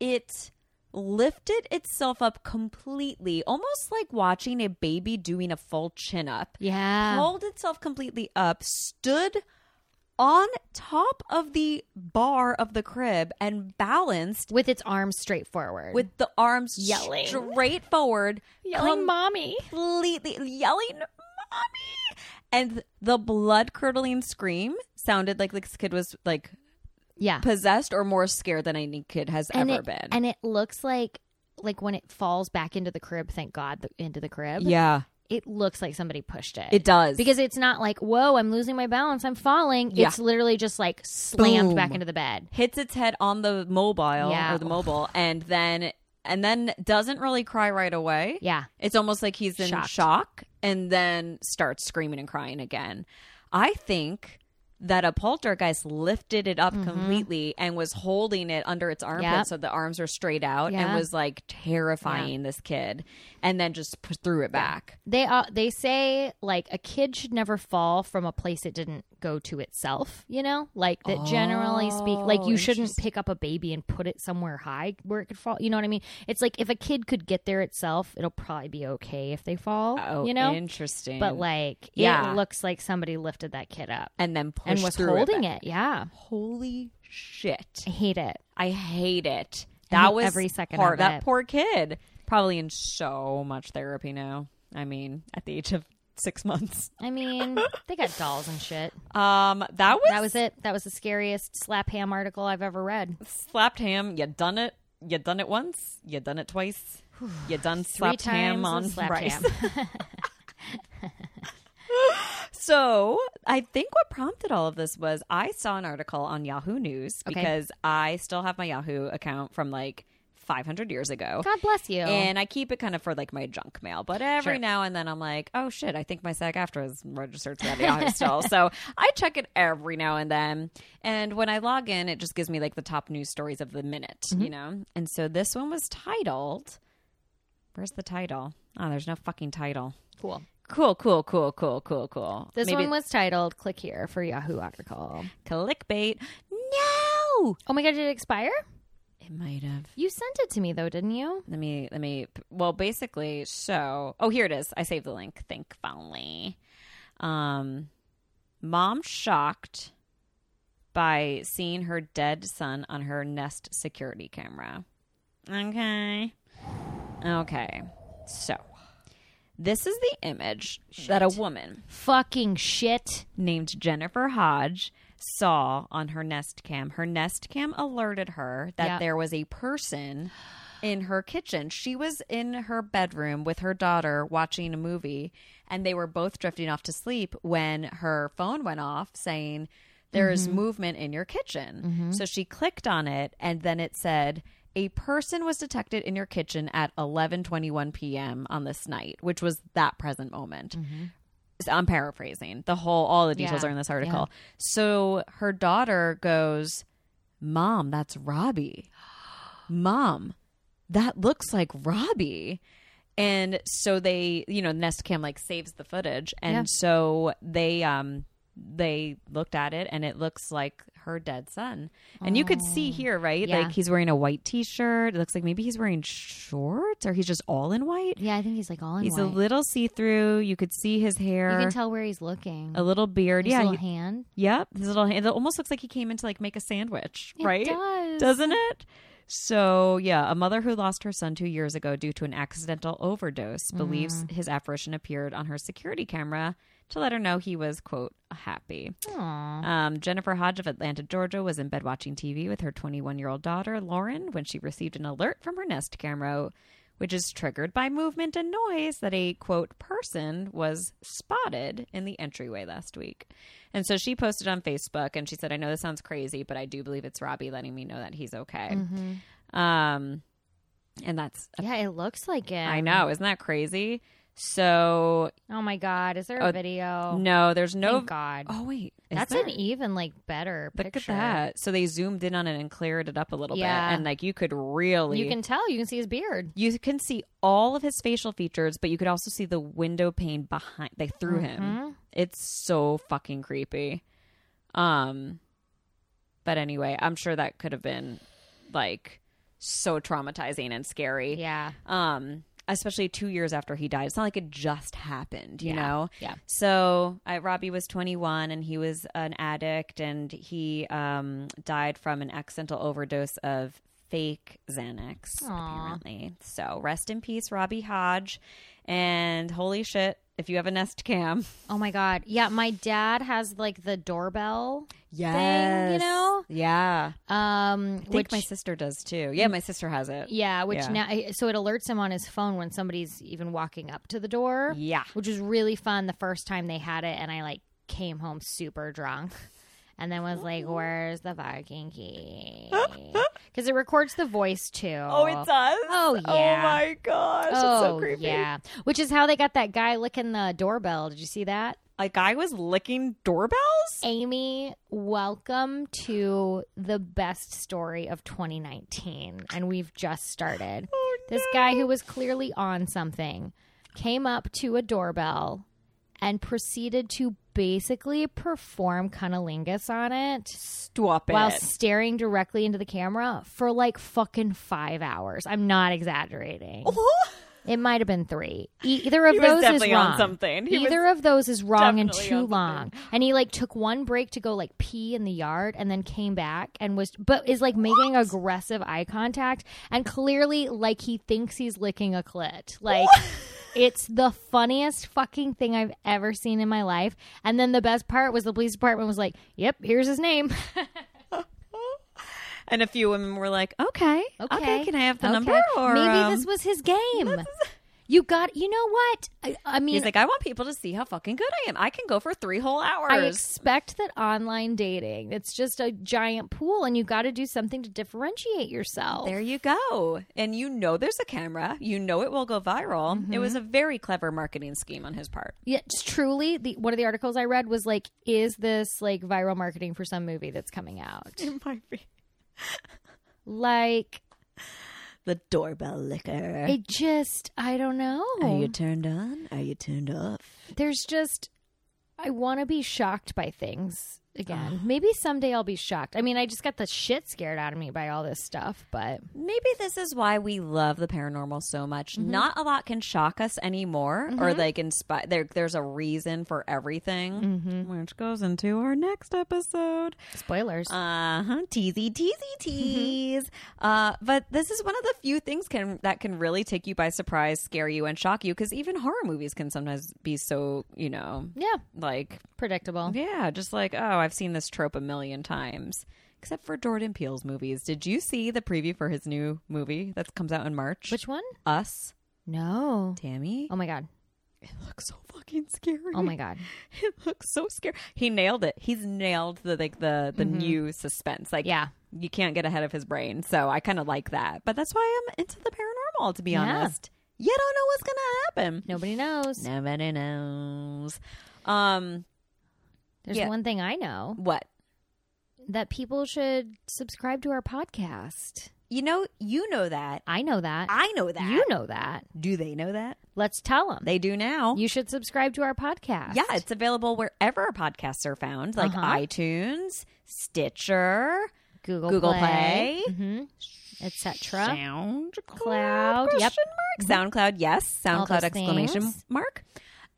[SPEAKER 2] It lifted itself up completely, almost like watching a baby doing a full chin up
[SPEAKER 1] Yeah.
[SPEAKER 2] pulled itself completely up, stood on top of the bar of the crib, and balanced
[SPEAKER 1] With its arms straight forward.
[SPEAKER 2] with the arms
[SPEAKER 1] Yelling.
[SPEAKER 2] straight forward,
[SPEAKER 1] yelling, mommy.
[SPEAKER 2] completely yelling, "Mommy!" And the blood curdling scream sounded like this kid was like
[SPEAKER 1] Yeah.
[SPEAKER 2] possessed or more scared than any kid has
[SPEAKER 1] and
[SPEAKER 2] ever
[SPEAKER 1] it,
[SPEAKER 2] been.
[SPEAKER 1] And it looks like like when it falls back into the crib. Thank God, the, into the crib.
[SPEAKER 2] yeah,
[SPEAKER 1] It looks like somebody pushed it.
[SPEAKER 2] it does
[SPEAKER 1] because it's not like whoa, I'm losing my balance, I'm falling.
[SPEAKER 2] Yeah.
[SPEAKER 1] It's literally just like slammed
[SPEAKER 2] Boom.
[SPEAKER 1] back into the bed.
[SPEAKER 2] hits its head on the mobile
[SPEAKER 1] Yeah.
[SPEAKER 2] or the mobile, and then and then doesn't really cry right away.
[SPEAKER 1] Yeah.
[SPEAKER 2] It's almost like he's in
[SPEAKER 1] Shocked.
[SPEAKER 2] shock and then starts screaming and crying again. I think that a poltergeist lifted it
[SPEAKER 1] Mm-hmm.
[SPEAKER 2] up completely and was holding it under its armpit
[SPEAKER 1] Yep.
[SPEAKER 2] so the arms are straight out
[SPEAKER 1] Yeah.
[SPEAKER 2] and was like terrifying this kid and then just p- threw it back.
[SPEAKER 1] They uh, they say like a kid should never fall from a place it didn't go to itself. You know, like that. generally speak,
[SPEAKER 2] Oh,
[SPEAKER 1] like you shouldn't pick up a baby and put it somewhere high where it could fall. You know what I mean? It's like if a kid could get there itself, it'll probably be okay if they fall.
[SPEAKER 2] Oh,
[SPEAKER 1] you know,
[SPEAKER 2] interesting.
[SPEAKER 1] but like
[SPEAKER 2] Yeah.
[SPEAKER 1] it looks like somebody lifted that kid up
[SPEAKER 2] and then pushed
[SPEAKER 1] and was
[SPEAKER 2] through
[SPEAKER 1] holding
[SPEAKER 2] back.
[SPEAKER 1] it. Yeah,
[SPEAKER 2] Holy shit.
[SPEAKER 1] I hate it.
[SPEAKER 2] I hate it.
[SPEAKER 1] I
[SPEAKER 2] That
[SPEAKER 1] hate
[SPEAKER 2] was
[SPEAKER 1] every second
[SPEAKER 2] hard.
[SPEAKER 1] of
[SPEAKER 2] that
[SPEAKER 1] it.
[SPEAKER 2] poor kid probably in so much therapy now. I mean, at the age of six months.
[SPEAKER 1] I mean, they got dolls and shit.
[SPEAKER 2] Um, that was,
[SPEAKER 1] That was it. That was the scariest slap ham article I've ever read.
[SPEAKER 2] slapped ham. You done it. You done it once. You done it twice. You done
[SPEAKER 1] Three
[SPEAKER 2] slapped
[SPEAKER 1] times
[SPEAKER 2] ham on
[SPEAKER 1] slap
[SPEAKER 2] rice.
[SPEAKER 1] ham.
[SPEAKER 2] So I think what prompted all of this was I saw an article on Yahoo News
[SPEAKER 1] Okay.
[SPEAKER 2] because I still have my Yahoo account from like 500 years ago.
[SPEAKER 1] God bless you.
[SPEAKER 2] And I keep it kind of for like my junk mail, but every
[SPEAKER 1] Sure.
[SPEAKER 2] now and then I'm like, oh shit, I think my SAG after is registered to that Yahoo still. So I check it every now and then. And when I log in, it just gives me like the top news stories of the minute,
[SPEAKER 1] Mm-hmm.
[SPEAKER 2] you know? And so this one was titled, where's the title? Oh, there's no fucking title.
[SPEAKER 1] cool.
[SPEAKER 2] Cool, cool, cool, cool, cool, cool.
[SPEAKER 1] This
[SPEAKER 2] Maybe
[SPEAKER 1] one was titled "Click Here for Yahoo Article."
[SPEAKER 2] clickbait. No,
[SPEAKER 1] Oh my god, did it expire?
[SPEAKER 2] it might have.
[SPEAKER 1] You sent it to me though, didn't you?
[SPEAKER 2] Let me, let me. Well, basically, so oh, here it is. I saved the link. Thankfully, um, mom shocked by seeing her dead son on her Nest security camera. Okay, okay. So this is the image that a woman
[SPEAKER 1] Fucking shit.
[SPEAKER 2] named Jennifer Hodge saw on her Nest Cam. Her Nest Cam alerted her that
[SPEAKER 1] Yeah.
[SPEAKER 2] there was a person in her kitchen. She was in her bedroom with her daughter watching a movie, and they were both drifting off to sleep when her phone went off saying, There
[SPEAKER 1] Mm-hmm.
[SPEAKER 2] is movement in your kitchen. So she clicked on it, and then it said, a person was detected in your kitchen at 11:21 p.m. on this night, which was that present moment. I'm paraphrasing. The whole all the details
[SPEAKER 1] Mm-hmm. Yeah.
[SPEAKER 2] are in this article. So her daughter goes, "Mom, that's Robbie. Mom, that looks like Robbie." And so they, you know, Nest Cam like saves the footage, and
[SPEAKER 1] Yeah.
[SPEAKER 2] so they um they looked at it, and it looks like her dead son. And you could see here, right?
[SPEAKER 1] Yeah.
[SPEAKER 2] Like he's wearing a white T-shirt. It looks like maybe he's wearing shorts, or he's just all in white.
[SPEAKER 1] Yeah, I think he's like all in
[SPEAKER 2] He's a
[SPEAKER 1] white.
[SPEAKER 2] little see-through. You could see his hair
[SPEAKER 1] you can tell where he's looking.
[SPEAKER 2] a little beard.
[SPEAKER 1] His
[SPEAKER 2] yeah,
[SPEAKER 1] little
[SPEAKER 2] you-
[SPEAKER 1] hand.
[SPEAKER 2] yep. His little hand. It almost looks like he came in to like make a sandwich,
[SPEAKER 1] It
[SPEAKER 2] right?
[SPEAKER 1] does.
[SPEAKER 2] not it? So yeah, a mother who lost her son two years ago due to an accidental overdose believes
[SPEAKER 1] Mm-hmm.
[SPEAKER 2] his apparition appeared on her security camera to let her know he was quote happy.
[SPEAKER 1] Aw.
[SPEAKER 2] Um, Jennifer Hodge of Atlanta, Georgia, was in bed watching TV with her 21 year old daughter, Lauren, when she received an alert from her Nest camera, which is triggered by movement and noise that a quote person was spotted in the entryway last week. And so she posted on Facebook and she said, I know this sounds crazy, but I do believe it's Robbie letting me know that he's okay.
[SPEAKER 1] Mm-hmm.
[SPEAKER 2] Um, and that's,
[SPEAKER 1] Yeah, it looks like it.
[SPEAKER 2] I know, isn't that crazy? So,
[SPEAKER 1] Oh my god, is there a
[SPEAKER 2] Oh,
[SPEAKER 1] video?
[SPEAKER 2] no, there's no.
[SPEAKER 1] Thank God.
[SPEAKER 2] Oh, wait. is
[SPEAKER 1] That's
[SPEAKER 2] there?
[SPEAKER 1] an even like better
[SPEAKER 2] Look
[SPEAKER 1] picture.
[SPEAKER 2] at that. So they zoomed in on it and cleared it up a little
[SPEAKER 1] Yeah.
[SPEAKER 2] bit. And like you could really
[SPEAKER 1] You can tell. You can see his beard.
[SPEAKER 2] you can see all of his facial features, but you could also see the window pane behind like through
[SPEAKER 1] Mm-hmm.
[SPEAKER 2] him. It's so fucking creepy. Um but anyway, I'm sure that could have been like so traumatizing and scary.
[SPEAKER 1] Yeah.
[SPEAKER 2] Um especially 2 years after he died. It's not like it just happened, you know.
[SPEAKER 1] Yeah.
[SPEAKER 2] So uh, Robbie was 21 and he was an addict and he um, died from an accidental overdose of fake Xanax, apparently. So rest in peace, Robbie Hodge. And holy shit, if you have a Nest Cam.
[SPEAKER 1] Oh my god. Yeah, my dad has like the doorbell.
[SPEAKER 2] Yes.
[SPEAKER 1] you know?
[SPEAKER 2] Yeah.
[SPEAKER 1] Um
[SPEAKER 2] I think
[SPEAKER 1] which
[SPEAKER 2] my sister does too. Yeah, my sister has it.
[SPEAKER 1] Yeah, which
[SPEAKER 2] Yeah.
[SPEAKER 1] now eh, so it alerts him on his phone when somebody's even walking up to the door.
[SPEAKER 2] Yeah.
[SPEAKER 1] Which was really fun the first time they had it and I like came home super drunk. And then was
[SPEAKER 2] Oh.
[SPEAKER 1] like, "Where's the fucking key?" Because it records the voice too.
[SPEAKER 2] Oh, it does?
[SPEAKER 1] Oh,
[SPEAKER 2] Oh
[SPEAKER 1] yeah.
[SPEAKER 2] my gosh. it's so
[SPEAKER 1] Oh,
[SPEAKER 2] creepy.
[SPEAKER 1] yeah. Which is how they got that guy licking the doorbell. Did you see that?
[SPEAKER 2] A guy was licking doorbells?
[SPEAKER 1] Amy, welcome to the best story of 2019. And we've just started. This guy who was clearly on something came up to a doorbell and proceeded to basically perform cunnilingus on it
[SPEAKER 2] Stop it.
[SPEAKER 1] while staring directly into the camera for like fucking five hours. I'm not exaggerating. It might have been three. E- Either of
[SPEAKER 2] was
[SPEAKER 1] those is
[SPEAKER 2] definitely on
[SPEAKER 1] wrong.
[SPEAKER 2] something. He was
[SPEAKER 1] Either of those is wrong and
[SPEAKER 2] definitely
[SPEAKER 1] too
[SPEAKER 2] on something.
[SPEAKER 1] long. And he like took one break to go like pee in the yard and then came back and was but is like making aggressive eye contact and clearly like he thinks he's licking a clit. Like it's the funniest fucking thing I've ever seen in my life. And then the best part was the police department was like, "Yep, here's his name."
[SPEAKER 2] And a few women were like, okay, okay,
[SPEAKER 1] Okay.
[SPEAKER 2] can I have the
[SPEAKER 1] Okay.
[SPEAKER 2] number? Or
[SPEAKER 1] maybe
[SPEAKER 2] um,
[SPEAKER 1] this was his game. You got. You know what? I, I mean,
[SPEAKER 2] He's like, I want people to see how fucking good I am. I can go for three whole hours.
[SPEAKER 1] I expect that online dating, it's just a giant pool, and you got to do something to differentiate yourself.
[SPEAKER 2] there you go. And you know there's a camera. You know it will go viral. It was a very clever marketing scheme on his part.
[SPEAKER 1] Yeah, just truly, the, one of the articles I read was like, "Is this like viral marketing for some movie that's coming out?"
[SPEAKER 2] It might be.
[SPEAKER 1] like,
[SPEAKER 2] The doorbell liquor.
[SPEAKER 1] it just, I don't know.
[SPEAKER 2] turned on? Are you turned off?
[SPEAKER 1] There's just, I want to be shocked by things again. Maybe someday I'll be shocked. I mean, I just got the shit scared out of me by all this stuff, but
[SPEAKER 2] Maybe this is why we love the paranormal so much. Not a lot can shock us anymore, or like inspire. There, there's a reason for everything, which goes into our next episode.
[SPEAKER 1] spoilers.
[SPEAKER 2] Uh huh. Teasy, teasy, tease. uh, but this is one of the few things can that can really take you by surprise, scare you, and shock you. Because even horror movies can sometimes be so, you know,
[SPEAKER 1] yeah,
[SPEAKER 2] like
[SPEAKER 1] predictable.
[SPEAKER 2] yeah, just like oh, I've seen this trope a million times. Except for Jordan Peele's movies. Did you see the preview for his new movie that comes out in March?
[SPEAKER 1] Which one?
[SPEAKER 2] Us,
[SPEAKER 1] No.
[SPEAKER 2] Tammy.
[SPEAKER 1] Oh my god.
[SPEAKER 2] It looks so fucking scary.
[SPEAKER 1] Oh my god.
[SPEAKER 2] It looks so scary. Mm-hmm. He nailed it. He's nailed the like the the new suspense. Like
[SPEAKER 1] Yeah.
[SPEAKER 2] you can't get ahead of his brain. So I kind of like that. But that's why I'm into the paranormal, to be
[SPEAKER 1] Yeah.
[SPEAKER 2] honest. You don't know what's gonna happen.
[SPEAKER 1] Nobody knows.
[SPEAKER 2] Nobody knows. Um,
[SPEAKER 1] There's
[SPEAKER 2] Yeah.
[SPEAKER 1] one thing I know
[SPEAKER 2] what?
[SPEAKER 1] that people should subscribe to our podcast.
[SPEAKER 2] You know, you know that.
[SPEAKER 1] I know that.
[SPEAKER 2] I know that.
[SPEAKER 1] You know that.
[SPEAKER 2] Do they know that?
[SPEAKER 1] Let's tell them.
[SPEAKER 2] They do now.
[SPEAKER 1] you should subscribe to our podcast.
[SPEAKER 2] yeah, it's available wherever podcasts are found, like
[SPEAKER 1] Uh-huh.
[SPEAKER 2] iTunes, Stitcher,
[SPEAKER 1] Google,
[SPEAKER 2] Google
[SPEAKER 1] Play,
[SPEAKER 2] Play.
[SPEAKER 1] hmm etc.
[SPEAKER 2] SoundCloud.
[SPEAKER 1] Cloud, yep. Mm-hmm.
[SPEAKER 2] Question mark. SoundCloud. Yes.
[SPEAKER 1] All those
[SPEAKER 2] SoundCloud exclamation
[SPEAKER 1] things.
[SPEAKER 2] mark.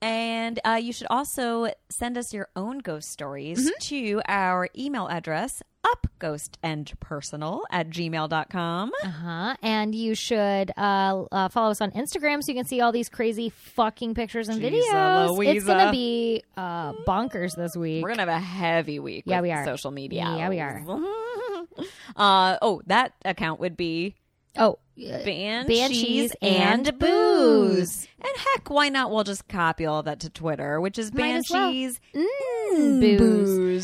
[SPEAKER 2] And uh, you should also send us your own ghost stories
[SPEAKER 1] Mm-hmm.
[SPEAKER 2] to our email address upghostandpersonal at gmail.com.
[SPEAKER 1] Uh huh. And you should uh, uh, follow us on Instagram so you can see all these crazy fucking pictures and
[SPEAKER 2] Jeez,
[SPEAKER 1] videos. It's
[SPEAKER 2] Eloisa.
[SPEAKER 1] gonna be uh, bonkers this week.
[SPEAKER 2] We're going to have a heavy week
[SPEAKER 1] Yeah,
[SPEAKER 2] with
[SPEAKER 1] we are.
[SPEAKER 2] social media.
[SPEAKER 1] Yeah, we are.
[SPEAKER 2] uh, oh, that account would be
[SPEAKER 1] oh, uh,
[SPEAKER 2] Banshees,
[SPEAKER 1] Banshees
[SPEAKER 2] and,
[SPEAKER 1] and
[SPEAKER 2] Booze. And heck, why not? We'll just copy all that to Twitter, which is
[SPEAKER 1] Might as well.
[SPEAKER 2] Banshees
[SPEAKER 1] mm,
[SPEAKER 2] and
[SPEAKER 1] booze.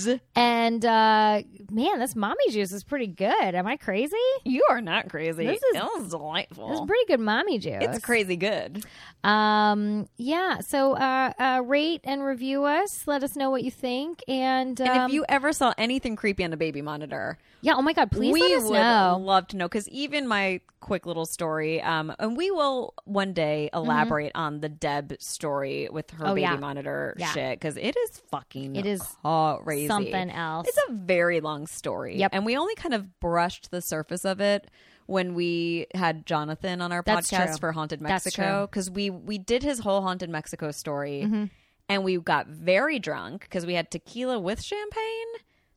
[SPEAKER 2] Booze.
[SPEAKER 1] And uh man, this mommy juice is pretty good. Am I crazy?
[SPEAKER 2] You are not crazy.
[SPEAKER 1] This
[SPEAKER 2] This
[SPEAKER 1] is-
[SPEAKER 2] is,
[SPEAKER 1] It's
[SPEAKER 2] delightful.
[SPEAKER 1] pretty good mommy juice.
[SPEAKER 2] It's crazy good.
[SPEAKER 1] Um yeah, so uh, uh rate and review us. Let us know what you think and, um,
[SPEAKER 2] And if you ever saw anything creepy on a baby monitor,
[SPEAKER 1] Yeah, oh my god, please
[SPEAKER 2] we
[SPEAKER 1] let us
[SPEAKER 2] would
[SPEAKER 1] know.
[SPEAKER 2] love to know. Because even my quick little story, um, and we will one day elaborate on the Deb story with her
[SPEAKER 1] Mm-hmm. Oh,
[SPEAKER 2] baby
[SPEAKER 1] yeah.
[SPEAKER 2] monitor
[SPEAKER 1] Yeah.
[SPEAKER 2] shit because it is fucking
[SPEAKER 1] It is
[SPEAKER 2] crazy.
[SPEAKER 1] Something else.
[SPEAKER 2] It's a very long story.
[SPEAKER 1] Yep.
[SPEAKER 2] And we only kind of brushed the surface of it when we had Jonathan on our
[SPEAKER 1] That's
[SPEAKER 2] podcast
[SPEAKER 1] true.
[SPEAKER 2] for Haunted
[SPEAKER 1] That's
[SPEAKER 2] Mexico because we we did his whole Haunted Mexico story
[SPEAKER 1] Mm-hmm.
[SPEAKER 2] and we got very drunk because we had tequila with champagne.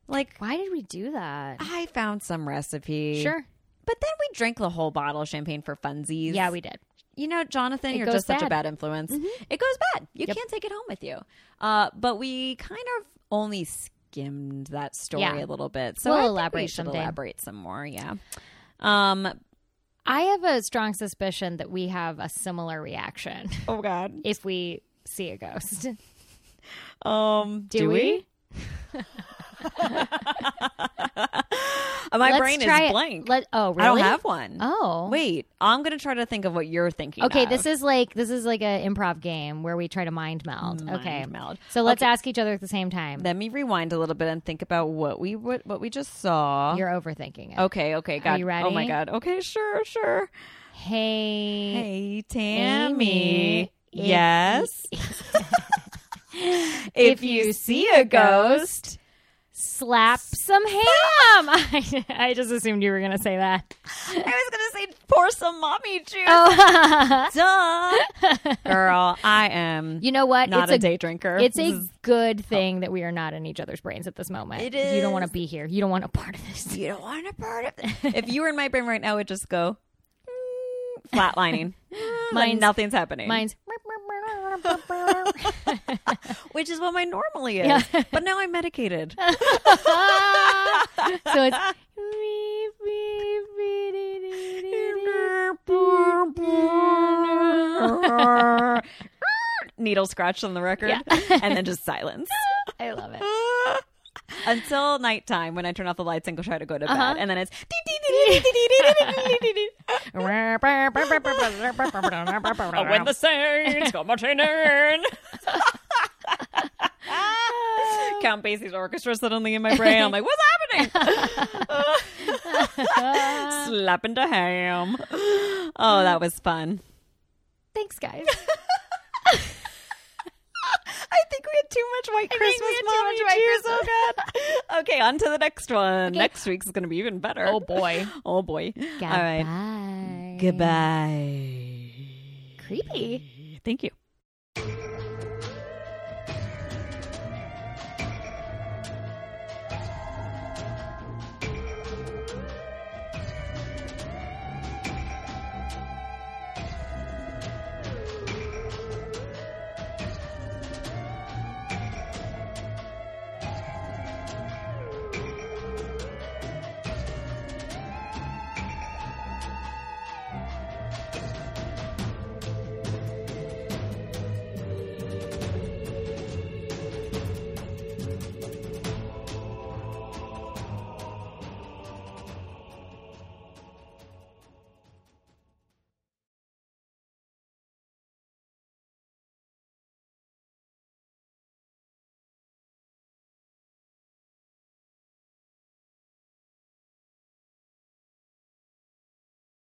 [SPEAKER 2] Like
[SPEAKER 1] Why did we do that?
[SPEAKER 2] I found some recipe.
[SPEAKER 1] Sure.
[SPEAKER 2] But then we drank the whole bottle of champagne for funsies.
[SPEAKER 1] Yeah, we did.
[SPEAKER 2] You know, Jonathan, you're
[SPEAKER 1] goes
[SPEAKER 2] just such
[SPEAKER 1] bad. Mm-hmm.
[SPEAKER 2] a bad influence. It goes bad. You can't take it home with you. Uh, but we kind of only skimmed that story
[SPEAKER 1] Yeah.
[SPEAKER 2] a little bit. So
[SPEAKER 1] We'll
[SPEAKER 2] I think we
[SPEAKER 1] elaborate
[SPEAKER 2] should
[SPEAKER 1] someday.
[SPEAKER 2] elaborate some more. Yeah. Um.
[SPEAKER 1] I have a strong suspicion that we have a similar reaction
[SPEAKER 2] Oh God.
[SPEAKER 1] if we see a ghost.
[SPEAKER 2] Um.
[SPEAKER 1] Do
[SPEAKER 2] Do, we? My
[SPEAKER 1] Let's
[SPEAKER 2] brain
[SPEAKER 1] try
[SPEAKER 2] is
[SPEAKER 1] it.
[SPEAKER 2] blank.
[SPEAKER 1] Let, oh, really?
[SPEAKER 2] I don't have one.
[SPEAKER 1] Oh.
[SPEAKER 2] Wait. I'm gonna try to think of what you're thinking.
[SPEAKER 1] Okay,
[SPEAKER 2] of.
[SPEAKER 1] this is like this is like an improv game where we try to mind meld. okay,
[SPEAKER 2] meld.
[SPEAKER 1] So let's ask each other at the same time.
[SPEAKER 2] Let me rewind a little bit and think about what we what, what we just saw.
[SPEAKER 1] You're overthinking it.
[SPEAKER 2] Okay, okay, God.
[SPEAKER 1] you
[SPEAKER 2] Oh my
[SPEAKER 1] ready?
[SPEAKER 2] God. Okay, sure, sure.
[SPEAKER 1] Hey,
[SPEAKER 2] Hey, Tammy.
[SPEAKER 1] Amy, if-
[SPEAKER 2] Yes.
[SPEAKER 1] if you see a ghost, slap some ham. I, I just assumed you were going to say that.
[SPEAKER 2] I was gonna say pour some mommy juice.
[SPEAKER 1] Oh.
[SPEAKER 2] Duh, girl, I am.
[SPEAKER 1] you know what?
[SPEAKER 2] not
[SPEAKER 1] it's
[SPEAKER 2] a, day drinker.
[SPEAKER 1] It's a good thing that we are not in each other's brains at this moment.
[SPEAKER 2] Oh. It
[SPEAKER 1] You don't want to
[SPEAKER 2] is.
[SPEAKER 1] be here. You don't want a part of this.
[SPEAKER 2] You don't want a part of it. if you were in my brain right now, it would just go mm, flatlining. mine,
[SPEAKER 1] Mine's-
[SPEAKER 2] nothing's happening.
[SPEAKER 1] Mine's
[SPEAKER 2] which is what mine normally is.
[SPEAKER 1] Yeah.
[SPEAKER 2] But now I'm medicated.
[SPEAKER 1] so it's
[SPEAKER 2] Needle scratch on the record,
[SPEAKER 1] Yeah.
[SPEAKER 2] and then just silence
[SPEAKER 1] I love it.
[SPEAKER 2] until nighttime when I turn off the lights and go try to go to bed,
[SPEAKER 1] Uh-huh.
[SPEAKER 2] and then it's.
[SPEAKER 4] Oh, when the saints come a turn.
[SPEAKER 2] Count Basie's orchestra suddenly in my brain. I'm like, what's happening? Slap into ham. Oh, that was fun.
[SPEAKER 1] Thanks, guys.
[SPEAKER 2] I think we had too much white Christmas, mommy. Cheers, oh god. okay, on to the next one. Next week's is gonna be even better.
[SPEAKER 4] Oh, boy.
[SPEAKER 2] Oh boy. All right.
[SPEAKER 1] Goodbye.
[SPEAKER 2] Goodbye.
[SPEAKER 1] Creepy.
[SPEAKER 2] Thank you.